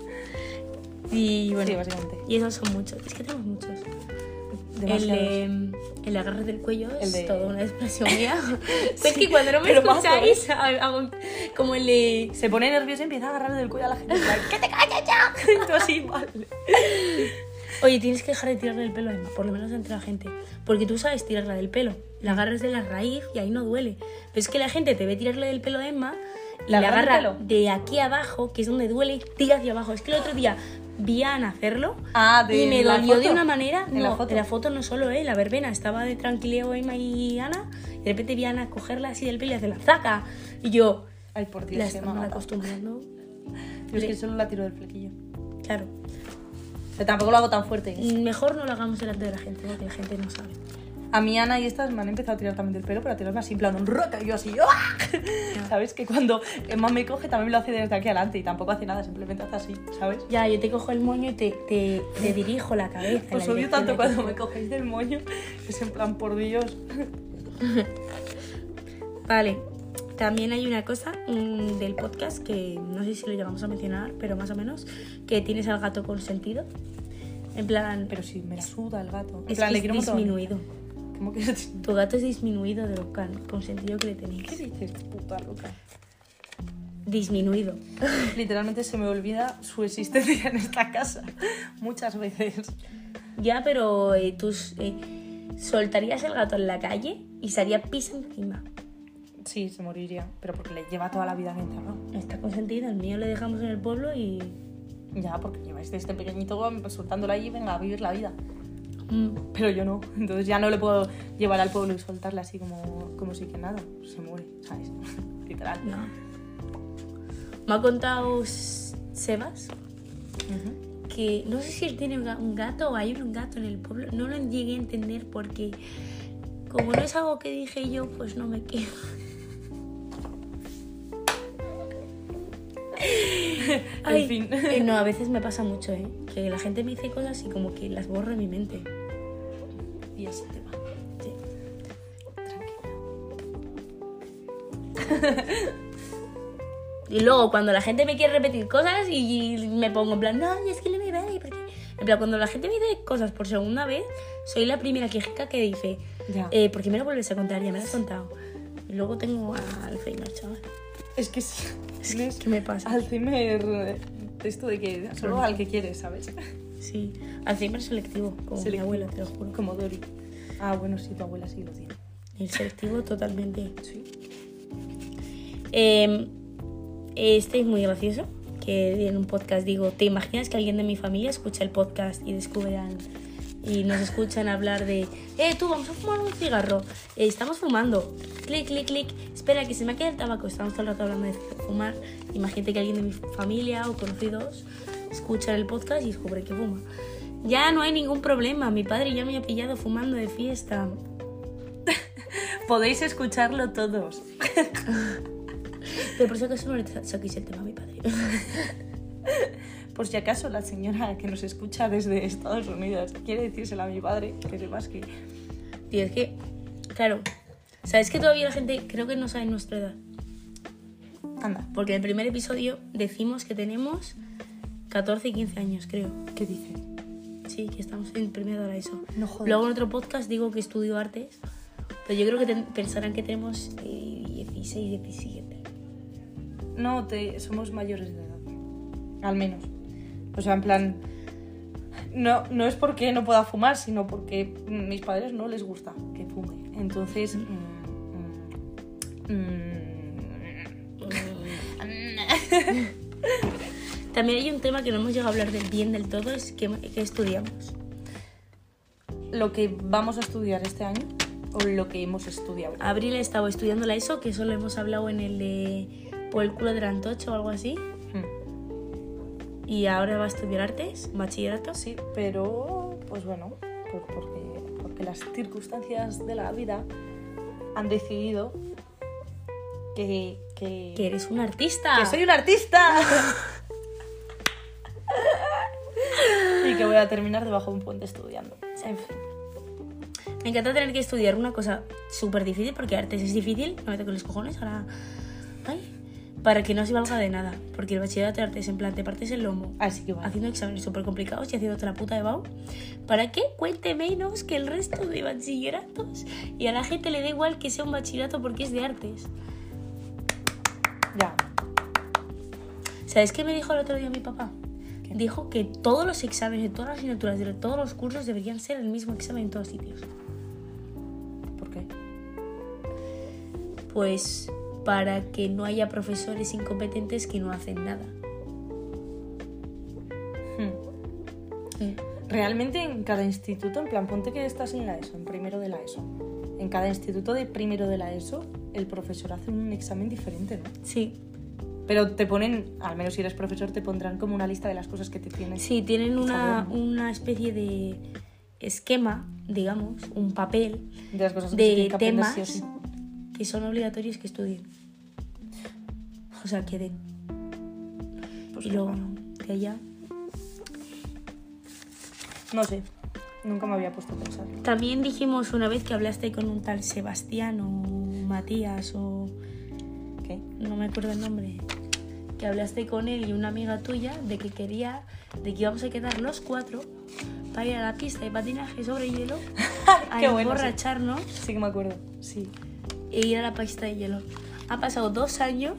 Speaker 1: [LAUGHS] Y bueno,
Speaker 2: Sí, básicamente.
Speaker 1: Y esos son muchos. Es que tenemos muchos. El eh,
Speaker 2: Demasiados.
Speaker 1: de, el agarre del cuello es
Speaker 2: El de-
Speaker 1: toda una expresión
Speaker 2: [LAUGHS]
Speaker 1: mía. [LAUGHS] Es que cuando no me
Speaker 2: pero vamos a ver.
Speaker 1: escucháis, ha- hago como el de...
Speaker 2: Se pone nervioso y empieza a agarrarle del cuello a la
Speaker 1: [LAUGHS]
Speaker 2: gente. like, ¡Que te calles ya! [LAUGHS] Y tú así, vale.
Speaker 1: Oye, tienes que dejar de tirarle el pelo a Emma, por lo menos entre la gente. Porque tú sabes tirarle del pelo. La agarras de la raíz y ahí no duele. Pero es que la gente te ve tirarle del pelo a Emma y
Speaker 2: ¿Le
Speaker 1: la
Speaker 2: agarra el
Speaker 1: agarra
Speaker 2: pelo?
Speaker 1: de aquí abajo, que es donde duele, y tira hacia abajo. Es que el otro día vi a Ana hacerlo
Speaker 2: Ah,
Speaker 1: y me
Speaker 2: la
Speaker 1: dolió de
Speaker 2: foto.
Speaker 1: una manera.
Speaker 2: ¿En
Speaker 1: no,
Speaker 2: la foto?
Speaker 1: de la foto no solo, eh, la verbena. Estaba de tranquileo Emma y Ana. Y de repente vi a Ana cogerla así del pelo y hacer la zaca. Y yo,
Speaker 2: Ay, por
Speaker 1: la
Speaker 2: Dios, se
Speaker 1: estamos
Speaker 2: me
Speaker 1: acostumbrando.
Speaker 2: Yo es que solo la tiro del flequillo.
Speaker 1: Claro.
Speaker 2: O sea, tampoco lo hago tan fuerte.
Speaker 1: Mejor no lo hagamos delante de la gente, porque la gente no sabe.
Speaker 2: A mí Ana y estas me han empezado a tirar también del pelo, pero a tirarme así en plan un roca y yo así, ¡ah! [LAUGHS] ¿Sabes? Que cuando Emma me coge también lo hace desde aquí adelante y tampoco hace nada, simplemente hace así, ¿sabes?
Speaker 1: Ya, yo te cojo el moño y te, te, te dirijo la cabeza. en
Speaker 2: Os
Speaker 1: la
Speaker 2: Pues odio
Speaker 1: dirección
Speaker 2: tanto
Speaker 1: de-
Speaker 2: cuando me cogéis del moño, es en plan, por Dios.
Speaker 1: Vale. También hay una cosa mm, del podcast que no sé si lo llegamos a mencionar, pero más o menos, que tienes al gato consentido. En plan,
Speaker 2: Pero si me la suda el gato. En
Speaker 1: es,
Speaker 2: plan,
Speaker 1: que
Speaker 2: le
Speaker 1: es
Speaker 2: quiero un montón.
Speaker 1: disminuido.
Speaker 2: ¿Cómo que es
Speaker 1: Tu gato es disminuido de lo can- consentido que le tenéis.
Speaker 2: ¿Qué dices, puta loca?
Speaker 1: Disminuido.
Speaker 2: Literalmente se me olvida su existencia en esta casa. Muchas veces.
Speaker 1: Ya, pero eh, tú eh, soltarías el gato en la calle y se haría pis encima.
Speaker 2: Sí, se moriría, pero porque le lleva toda la vida aquí encerrado.
Speaker 1: No está consentido, el mío lo dejamos en el pueblo y...
Speaker 2: Ya, porque lleváis desde pequeñito soltándolo allí, venga, a vivir la vida.
Speaker 1: mm,
Speaker 2: Pero yo no, entonces ya no le puedo llevar al pueblo y soltarle así como, como si que nada. Se muere, ¿sabes? [LAUGHS] Literal.
Speaker 1: No. Me ha contado S- Sebas
Speaker 2: Ujú.
Speaker 1: que no sé si él tiene un ga- un gato o hay un gato en el pueblo. No lo llegué a entender porque como no es algo que dije yo, pues no me quedo. Ay,
Speaker 2: fin.
Speaker 1: eh, no, a veces me pasa mucho, ¿eh? Que la gente me dice cosas y como que las borro de mi mente.
Speaker 2: Y así te va.
Speaker 1: Sí. Y luego cuando la gente me quiere repetir cosas y y me pongo en plan, no, y es que no me vale, porque... En plan, cuando la gente me dice cosas por segunda vez, soy la primera quejica que dice,
Speaker 2: Ya.
Speaker 1: eh, ¿por qué me lo vuelves a contar? Ya me lo has contado. Y luego tengo a- al Alzheimer, chaval.
Speaker 2: Es que sí. Tienes
Speaker 1: ¿Qué me pasa?
Speaker 2: Alzheimer. eh, Esto de que solo al que quieres, ¿sabes? [LAUGHS]
Speaker 1: Sí, Alzheimer selectivo, como mi
Speaker 2: Selectivo.
Speaker 1: abuela, te lo juro.
Speaker 2: Como Dory. Ah, bueno, sí, tu abuela sí lo tiene.
Speaker 1: El selectivo totalmente.
Speaker 2: Sí.
Speaker 1: Eh, este es muy gracioso. Que en un podcast digo, ¿te imaginas que alguien de mi familia escucha el podcast y descubran y nos escuchan hablar de, eh, tú vamos a fumar un cigarro, Eh, estamos fumando, clic, clic, clic, espera que se me quede el tabaco, estamos todo el rato hablando de fumar, imagínate que alguien de mi familia o conocidos escucha el podcast y descubre que fuma. Ya no hay ningún problema, mi padre ya me ha pillado fumando de fiesta.
Speaker 2: Podéis escucharlo todos.
Speaker 1: Pero por eso que eso no le sa- saquéis el tema a mi padre.
Speaker 2: Por si acaso la señora que nos escucha desde Estados Unidos quiere decírselo a mi padre, que sepas que.
Speaker 1: Tío, es que, claro, sabes que todavía la gente creo que no sabe nuestra edad.
Speaker 2: Anda,
Speaker 1: Porque en el primer episodio decimos que tenemos 14 y 15 años, creo.
Speaker 2: ¿qué dices?
Speaker 1: Sí, que estamos en primero de la ESO.
Speaker 2: No jodas.
Speaker 1: Luego en otro podcast digo que estudio artes, pero yo creo que ten- pensarán que tenemos eh, 16,
Speaker 2: [LAUGHS]
Speaker 1: 17.
Speaker 2: No, te, somos mayores de edad. Al menos. O sea, en plan. No, no es porque no pueda fumar, sino porque mm, mis padres no les gusta que fume. Entonces. mm, mm, mm,
Speaker 1: También hay un tema que no hemos llegado a hablar del bien del todo, es que, que estudiamos.
Speaker 2: mm, lo que vamos a estudiar este año o lo que hemos estudiado.
Speaker 1: Abril estaba estudiando la ESO, que eso lo hemos hablado en el de por el culo del antocho o algo así.
Speaker 2: Mm.
Speaker 1: Y ahora va a estudiar artes, bachillerato.
Speaker 2: Sí, pero. Pues bueno, por- porque, porque las circunstancias de la vida han decidido que. que
Speaker 1: Que eres un artista.
Speaker 2: que soy un artista y que voy a terminar debajo de un puente estudiando.
Speaker 1: En fin. Me encanta tener que estudiar una cosa súper difícil porque artes es difícil. Me meto con los cojones ahora. Ay. para que no se valga de nada, porque el bachillerato de artes en plan te partes el lomo
Speaker 2: Así que vale.
Speaker 1: haciendo exámenes súper complicados y haciéndote la puta de bau para que cuente menos que el resto de bachilleratos y a la gente le da igual que sea un bachillerato porque es de artes.
Speaker 2: Ya.
Speaker 1: ¿Sabes qué me dijo el otro día mi papá? Dijo que todos los exámenes de todas las asignaturas de todos los cursos deberían ser el mismo examen en todos sitios.
Speaker 2: ¿Por qué?
Speaker 1: Pues para que no haya profesores incompetentes que no hacen nada.
Speaker 2: Hmm. Realmente en cada instituto, en plan, ponte que estás en la ESO, en primero de la ESO. En cada instituto de primero de la ESO, el profesor hace un examen diferente, ¿no?
Speaker 1: Sí,
Speaker 2: Pero te ponen, al menos si eres profesor, te pondrán como una lista de las cosas que te tienes.
Speaker 1: Sí, tienen
Speaker 2: que
Speaker 1: una,
Speaker 2: saber, ¿no?
Speaker 1: una especie de esquema, digamos, un papel
Speaker 2: de las cosas que se
Speaker 1: de
Speaker 2: tienen que aprender
Speaker 1: temas
Speaker 2: sí o sí.
Speaker 1: que son obligatorios que estudien. O sea, que den.
Speaker 2: Pues
Speaker 1: y luego, de allá.
Speaker 2: No sé, nunca me había puesto a pensar.
Speaker 1: También dijimos una vez que hablaste con un tal Sebastián o Matías o...
Speaker 2: ¿Qué?
Speaker 1: No me acuerdo el nombre. Que hablaste con él y una amiga tuya de que quería, de que íbamos a quedar los cuatro para ir a la pista de patinaje sobre [LAUGHS] hielo a
Speaker 2: Qué bueno, sí.
Speaker 1: emborracharnos
Speaker 2: Sí que me acuerdo, sí.
Speaker 1: e ir a la pista de hielo. Ha pasado dos años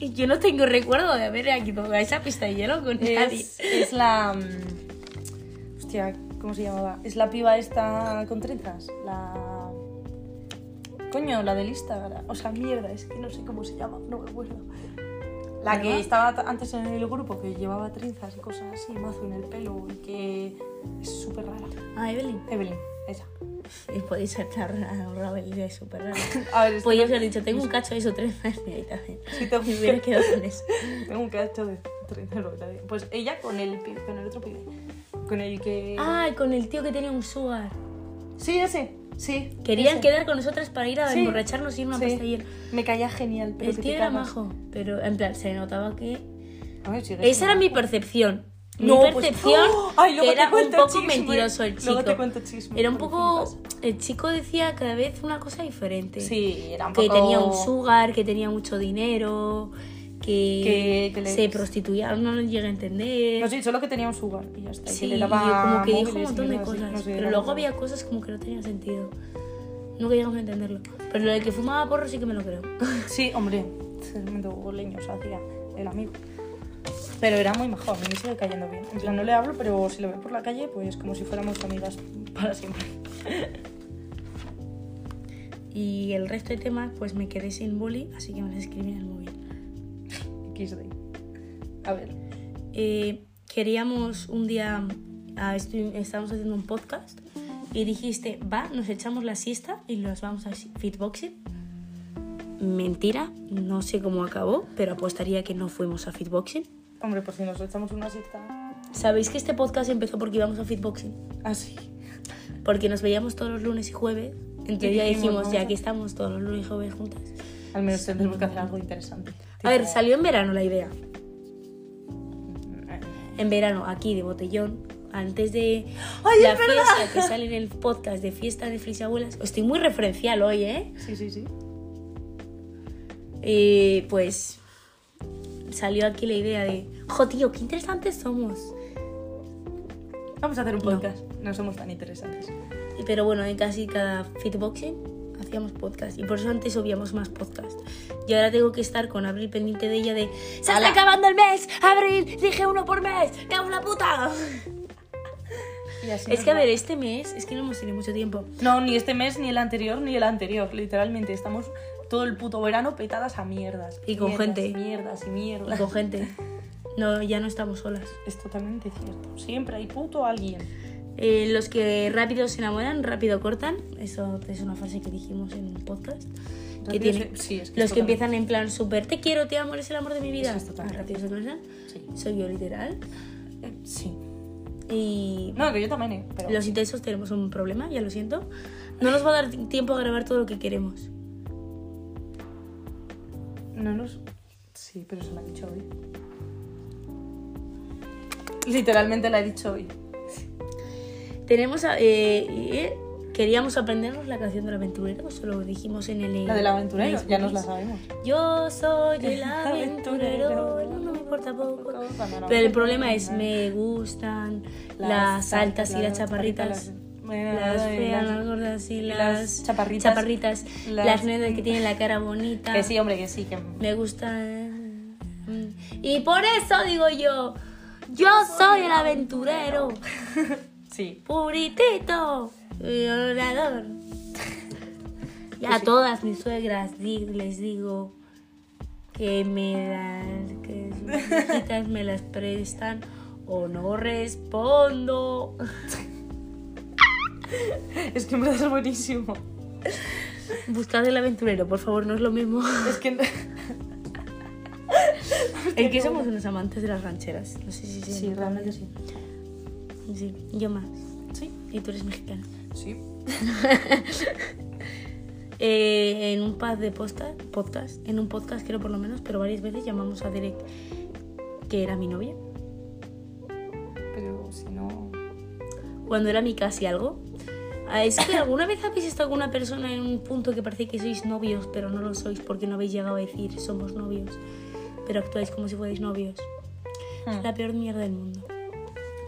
Speaker 1: y yo no tengo recuerdo de haber ido a esa pista de hielo con nadie.
Speaker 2: Es, es la... mm, Hostia, ¿cómo se llamaba? Es la piba esta con trenzas, la... Coño, la de lista, la- o sea, mierda, es que no sé cómo se llama, no me acuerdo. La que
Speaker 1: ¿Verdad?
Speaker 2: estaba ta- antes en el grupo, que llevaba trenzas y cosas así, mazo en el pelo y que es súper rara.
Speaker 1: Ah, Evelyn.
Speaker 2: Evelyn, esa.
Speaker 1: Y podéis ser tan raro, Evelyn es súper raro.
Speaker 2: A ver, este es que
Speaker 1: Podría
Speaker 2: no-
Speaker 1: haber dicho, Pues tengo un cacho de eso tres más en mi habitación.
Speaker 2: Sí, te-
Speaker 1: Me hubiera quedado con eso.
Speaker 2: Tengo un cacho de trenzas en la habitación. Pues ella con el, pi- con el otro pibe, con el que...
Speaker 1: Ah, con el tío que tenía un sugar.
Speaker 2: Sí, ese, sí.
Speaker 1: Querían
Speaker 2: ese.
Speaker 1: quedar con nosotras para ir a
Speaker 2: Sí.
Speaker 1: emborracharnos y ir a una
Speaker 2: Sí.
Speaker 1: pista de hielo.
Speaker 2: Me caía genial, pero
Speaker 1: El
Speaker 2: que
Speaker 1: tío
Speaker 2: te
Speaker 1: era
Speaker 2: cagas.
Speaker 1: majo, pero en plan, se notaba que
Speaker 2: A ver, sigue
Speaker 1: Esa era
Speaker 2: siendo
Speaker 1: mi
Speaker 2: majo.
Speaker 1: percepción. Mi
Speaker 2: No, pues-
Speaker 1: percepción
Speaker 2: ¡Oh! Ay, luego te
Speaker 1: era un
Speaker 2: cuento
Speaker 1: poco
Speaker 2: chisme.
Speaker 1: mentiroso el chico.
Speaker 2: Luego te cuento chisme,
Speaker 1: Era un
Speaker 2: porque
Speaker 1: poco...
Speaker 2: flipas.
Speaker 1: El chico decía cada vez una cosa diferente.
Speaker 2: Sí, era un
Speaker 1: que
Speaker 2: poco-
Speaker 1: tenía un sugar, que tenía mucho dinero, que,
Speaker 2: Que- que le-
Speaker 1: se prostituía, no lo llegué a entender.
Speaker 2: No sé, solo que tenía un sugar y ya está. y
Speaker 1: Sí,
Speaker 2: que le daba
Speaker 1: como que dijo un
Speaker 2: móviles y
Speaker 1: montón de
Speaker 2: mierdas así,
Speaker 1: cosas.
Speaker 2: no sé, era
Speaker 1: pero luego
Speaker 2: muy-
Speaker 1: había cosas como que no tenían sentido. Nunca llegamos a entenderlo. Pero lo de que fumaba porro sí que me lo creo.
Speaker 2: Sí, hombre, [LAUGHS] tremendo leños hacía el amigo. Pero era muy majo, a mí me sigue cayendo bien. En plan, no le hablo, pero si lo veo por la calle, pues como si fuéramos amigas para
Speaker 1: [LAUGHS]
Speaker 2: siempre. [LAUGHS]
Speaker 1: y el resto de temas, pues me quedé sin bully, así que me las escribí en el móvil.
Speaker 2: XD. A ver.
Speaker 1: Eh, queríamos un día, ah, estu- estábamos haciendo un podcast y dijiste, va, nos echamos la siesta y nos vamos a si- fitboxing. Mentira, no sé cómo acabó, pero apostaría que no fuimos a fitboxing.
Speaker 2: Hombre, pues si nos echamos una cita
Speaker 1: Sabéis que este podcast empezó porque íbamos a fitboxing,
Speaker 2: así.
Speaker 1: porque nos veíamos todos los lunes y jueves.
Speaker 2: Y
Speaker 1: Entonces ya
Speaker 2: dijimos,
Speaker 1: dijimos,
Speaker 2: vamos
Speaker 1: ya
Speaker 2: a-
Speaker 1: que estamos todos los lunes y jueves juntas.
Speaker 2: Al menos tendremos que hacer algo interesante.
Speaker 1: A ver,
Speaker 2: Tipo-
Speaker 1: salió en verano la idea.
Speaker 2: Eh.
Speaker 1: en verano aquí de botellón, antes de la fiesta que sale en el podcast de fiesta de Frisabuelas, estoy muy referencial hoy, ¿eh?
Speaker 2: Sí, sí, sí.
Speaker 1: Eh, Pues salió aquí la idea de, jo tío, qué interesantes somos.
Speaker 2: Vamos a hacer un
Speaker 1: No.
Speaker 2: podcast. No, somos tan interesantes.
Speaker 1: Y- Pero bueno, en casi cada fitboxing hacíamos podcast y por eso antes obviamos más podcast. Y ahora tengo que estar con Abril pendiente de ella de, se está
Speaker 2: Ala.
Speaker 1: acabando el mes, Abril, dije uno por mes, cago en la puta.
Speaker 2: Y así
Speaker 1: Es
Speaker 2: nos
Speaker 1: que a
Speaker 2: va.
Speaker 1: ver, este mes es que no hemos tenido mucho tiempo.
Speaker 2: No, ni este mes, ni el anterior, ni el anterior. Literalmente, estamos todo el puto verano petadas a mierdas.
Speaker 1: Y con
Speaker 2: Mierdas,
Speaker 1: gente.
Speaker 2: Mierdas y
Speaker 1: y
Speaker 2: mierdas.
Speaker 1: con gente. No, ya no estamos solas.
Speaker 2: Es totalmente cierto. Siempre hay puto alguien.
Speaker 1: Eh, los que rápido se enamoran, rápido cortan. Eso es una frase que dijimos en un podcast. Que
Speaker 2: Rápido
Speaker 1: tiene,
Speaker 2: se- sí, es que es
Speaker 1: los que
Speaker 2: totalmente.
Speaker 1: empiezan en plan súper, te quiero, te amo, eres el amor de mi vida.
Speaker 2: Eso es totalmente.
Speaker 1: Ah, rápido se cansan.
Speaker 2: Sí.
Speaker 1: Soy yo literal.
Speaker 2: Eh, sí.
Speaker 1: Y
Speaker 2: No, que yo también, eh, pero...
Speaker 1: los intensos tenemos un problema, ya lo siento. No nos va a dar tiempo a grabar todo lo que queremos.
Speaker 2: No nos... Sí, pero se lo ha dicho hoy. Literalmente la he dicho hoy.
Speaker 1: Tenemos a- eh, eh, Queríamos aprendernos la canción del aventurero, se lo dijimos en el...
Speaker 2: La del aventurero,
Speaker 1: en el-
Speaker 2: ya nos la sabemos.
Speaker 1: Yo soy
Speaker 2: [LAUGHS]
Speaker 1: el
Speaker 2: El aventurero,
Speaker 1: aventurero, no me importa poco.
Speaker 2: Cuando no-
Speaker 1: Pero el problema es, me gustan las, altas y las chaparritas.
Speaker 2: Las
Speaker 1: Las
Speaker 2: las-
Speaker 1: feas, las gordas y
Speaker 2: las
Speaker 1: las
Speaker 2: chaparritas.
Speaker 1: chaparritas,
Speaker 2: Las-
Speaker 1: las
Speaker 2: [LAUGHS]
Speaker 1: nenas que tienen la cara bonita.
Speaker 2: Que sí, hombre, que sí. Que...
Speaker 1: Me gustan. mm. Y por eso digo yo, yo soy el aventurero,
Speaker 2: Sí. [LAUGHS]
Speaker 1: puritito y orador. Y a todas mis suegras di- les digo que me dan, que sus hijitas me las prestan o no respondo.
Speaker 2: Es que en verdad es buenísimo.
Speaker 1: Buscad el aventurero, por favor, no es lo mismo.
Speaker 2: Es que.
Speaker 1: [LAUGHS] Es que somos unos amantes de las rancheras. No sé si se
Speaker 2: Sí,
Speaker 1: nota.
Speaker 2: realmente sí.
Speaker 1: Sí, yo más.
Speaker 2: Sí.
Speaker 1: Y tú eres mexicano.
Speaker 2: Sí.
Speaker 1: Eh, en un pad de posta, podcast, en un podcast creo por lo menos, pero varias veces llamamos a Derek, que era mi novia,
Speaker 2: Pero si no.
Speaker 1: cuando era mi casi algo. Ah, Es que alguna vez habéis estado con una persona en un punto que parece que sois novios, pero no lo sois porque no habéis llegado a decir somos novios, pero actuáis como si fuerais novios. Es la peor mierda del mundo.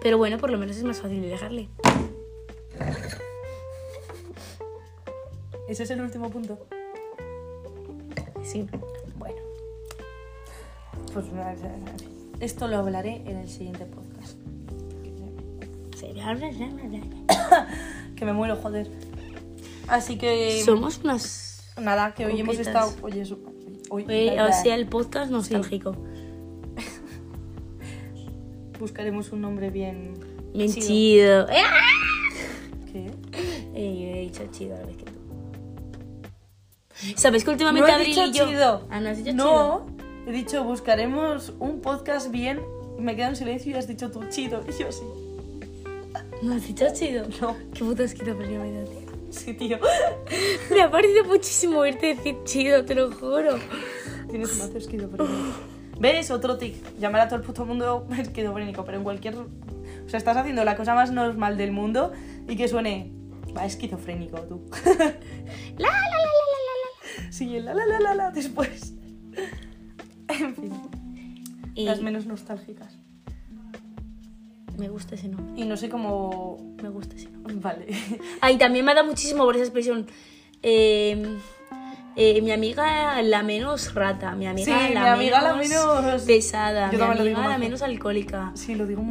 Speaker 1: Pero bueno, por lo menos es más fácil de dejarle.
Speaker 2: Ese es el último punto.
Speaker 1: Sí.
Speaker 2: Bueno. Pues una vez. Esto lo hablaré en el siguiente podcast.
Speaker 1: Sí, bla, bla, bla, bla, bla.
Speaker 2: Que me muero, joder. Así que.
Speaker 1: Somos unas...
Speaker 2: Nada, que hoy hemos
Speaker 1: Coquetas.
Speaker 2: estado. Oye, su- hoy,
Speaker 1: Eh, O sea, el podcast nostálgico.
Speaker 2: buscaremos un nombre bien.
Speaker 1: Bien
Speaker 2: chido.
Speaker 1: chido. ¡Eh!
Speaker 2: ¿Qué?
Speaker 1: Eh, yo he dicho chido a la vez que tú. ¿Sabes que últimamente
Speaker 2: no he
Speaker 1: Abril
Speaker 2: dicho
Speaker 1: y yo...
Speaker 2: chido.
Speaker 1: Ah, no has dicho
Speaker 2: No, he dicho buscaremos un podcast bien. Me quedo en silencio y has dicho tú chido. Y yo sí.
Speaker 1: chido. No has dicho chido.
Speaker 2: No,
Speaker 1: Qué puto esquizofrenia me da, tío.
Speaker 2: sí, tío.
Speaker 1: Me ha parecido muchísimo oírte decir chido, te lo juro.
Speaker 2: Tienes un mazo esquizofrénico. ¿Ves? Otro tic. Llamar a todo el puto mundo [LAUGHS] esquizofrénico, pero en cualquier. O sea, estás haciendo la cosa más normal del mundo y que suene. Va esquizofrénico, tú. [LAUGHS]
Speaker 1: La, la, la, la,
Speaker 2: Sí, el la la la la la después. [LAUGHS] En fin,
Speaker 1: la, la,
Speaker 2: las
Speaker 1: la.
Speaker 2: menos nostálgicas.
Speaker 1: Y me gusta ese nombre.
Speaker 2: Y no sé cómo.
Speaker 1: Me gusta ese nombre.
Speaker 2: Vale. [LAUGHS]
Speaker 1: Ay, también me da muchísimo por esa expresión. Eh, eh, mi amiga la menos rata, mi amiga,
Speaker 2: Sí,
Speaker 1: la,
Speaker 2: mi amiga la
Speaker 1: menos
Speaker 2: menos-
Speaker 1: pesada,
Speaker 2: Yo
Speaker 1: mi
Speaker 2: también lo
Speaker 1: amiga
Speaker 2: digo
Speaker 1: la
Speaker 2: mazo.
Speaker 1: menos alcohólica,
Speaker 2: Sí, lo digo un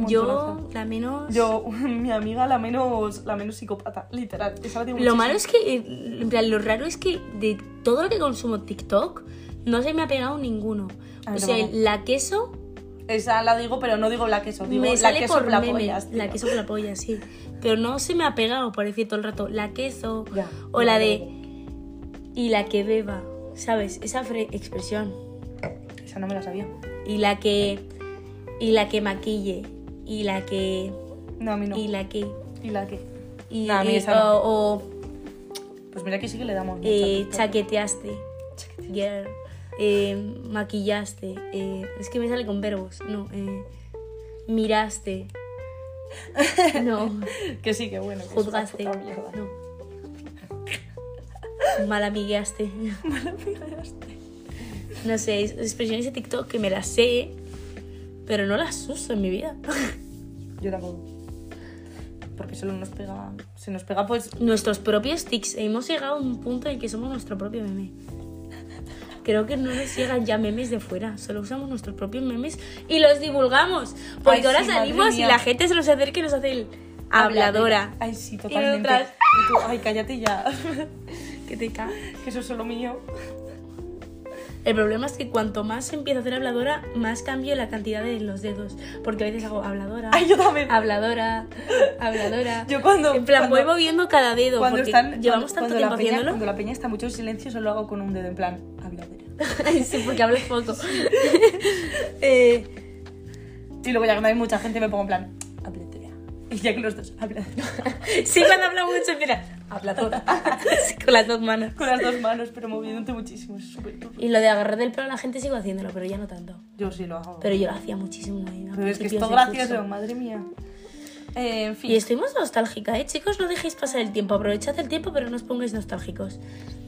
Speaker 1: yo
Speaker 2: montonazo.
Speaker 1: la menos...
Speaker 2: Yo, [LAUGHS] mi amiga, la menos, la menos psicópata, literal. Esa la tengo
Speaker 1: Lo
Speaker 2: muchísimo.
Speaker 1: malo es que, eh, en plan, lo raro es que de todo lo que consumo TikTok, no se me ha pegado ninguno.
Speaker 2: A
Speaker 1: O
Speaker 2: ver,
Speaker 1: sea,
Speaker 2: vamos.
Speaker 1: la queso
Speaker 2: Esa la digo, pero no digo la queso, digo
Speaker 1: me
Speaker 2: la
Speaker 1: sale
Speaker 2: queso
Speaker 1: por
Speaker 2: la
Speaker 1: meme,
Speaker 2: pollas, tío.
Speaker 1: la queso por la polla, sí. Pero no se me ha pegado, por decir todo el rato, la queso
Speaker 2: Ya,
Speaker 1: o
Speaker 2: ya,
Speaker 1: la
Speaker 2: ya,
Speaker 1: de y la que beba, ¿sabes? Esa fre- expresión.
Speaker 2: Esa no me la sabía.
Speaker 1: Y la que y la que maquille y la que
Speaker 2: No, a mí no.
Speaker 1: y la que
Speaker 2: ¿Y la qué?
Speaker 1: y,
Speaker 2: No, a mí
Speaker 1: y-
Speaker 2: esa no.
Speaker 1: o, o,
Speaker 2: Pues mira que sí que le damos. mucha
Speaker 1: eh,
Speaker 2: pizza.
Speaker 1: chaqueteaste. Girl. eh, maquillaste. eh, es que me sale con verbos. No. eh,
Speaker 2: [LAUGHS]
Speaker 1: miraste. No.
Speaker 2: Que sí, que bueno. que es una
Speaker 1: Juzgaste.
Speaker 2: puta mierda.
Speaker 1: No.
Speaker 2: [LAUGHS]
Speaker 1: Malamigueaste. No sé, es- expresiones de TikTok que me las sé, pero no las uso en mi vida. [LAUGHS]
Speaker 2: Yo tampoco. Porque solo nos pega. Se nos pega, pues.
Speaker 1: Nuestros propios tics. Hemos llegado a un punto en el que somos nuestro propio meme. Creo que no nos llegan ya memes de fuera. Solo usamos nuestros propios memes y los divulgamos. Porque
Speaker 2: Ay, sí,
Speaker 1: ahora
Speaker 2: madre
Speaker 1: salimos y
Speaker 2: mía.
Speaker 1: la gente se nos acerca y nos hace el habladora.
Speaker 2: Ay, sí, totalmente.
Speaker 1: nosotras-
Speaker 2: Y tú, ay, cállate ya. [LAUGHS]
Speaker 1: Que te cagas.
Speaker 2: que eso es solo mío.
Speaker 1: El problema es que cuanto más empiezo a hacer habladora, más cambio la cantidad de los dedos. Porque a veces hago habladora,
Speaker 2: Ay, yo también.
Speaker 1: habladora, habladora.
Speaker 2: Yo cuando-
Speaker 1: En plan,
Speaker 2: cuando-
Speaker 1: voy moviendo cada dedo.
Speaker 2: Cuando
Speaker 1: porque
Speaker 2: están.
Speaker 1: llevamos
Speaker 2: cuando,
Speaker 1: tanto
Speaker 2: cuando
Speaker 1: tiempo
Speaker 2: la peña,
Speaker 1: haciéndolo.
Speaker 2: Cuando la peña está mucho en silencio, solo hago con un dedo, en plan, habladera.
Speaker 1: [LAUGHS] sí, porque hablas poco.
Speaker 2: [LAUGHS] Eh, y luego ya cuando hay mucha gente me pongo en plan, habladera. Y ya que los dos hablan
Speaker 1: Sí, cuando hablo mucho, mira, habladora. Sí, con las dos manos.
Speaker 2: [LAUGHS] con las dos manos, pero moviéndote muchísimo. Es súper turbio.
Speaker 1: Y lo de agarrar del pelo a la gente sigo haciéndolo, pero ya no tanto.
Speaker 2: Yo sí lo hago.
Speaker 1: Pero yo lo hacía muchísimo. eh, a
Speaker 2: Pero es que
Speaker 1: principios
Speaker 2: esto
Speaker 1: del curso.
Speaker 2: gracioso, madre mía.
Speaker 5: Eh, en fin.
Speaker 1: Y estoy muy nostálgica, ¿eh? Chicos, no dejéis pasar el tiempo. Aprovechad el tiempo, pero no os pongáis nostálgicos.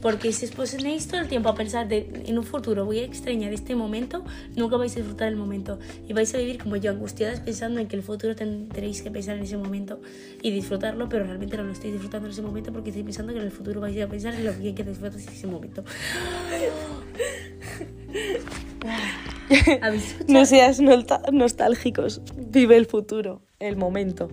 Speaker 1: Porque si os ponéis todo el tiempo a pensar de, en un futuro, voy a extrañar este momento, nunca vais a disfrutar el momento. Y vais a vivir como yo, angustiadas, pensando en que el futuro tendréis que pensar en ese momento y disfrutarlo, pero realmente no lo estoy disfrutando en ese momento porque estoy pensando que en el futuro vais a pensar en lo bien que disfrutas ese momento. ¿Habéis escuchado?
Speaker 5: No seas nostálgicos. Vive el futuro, el momento.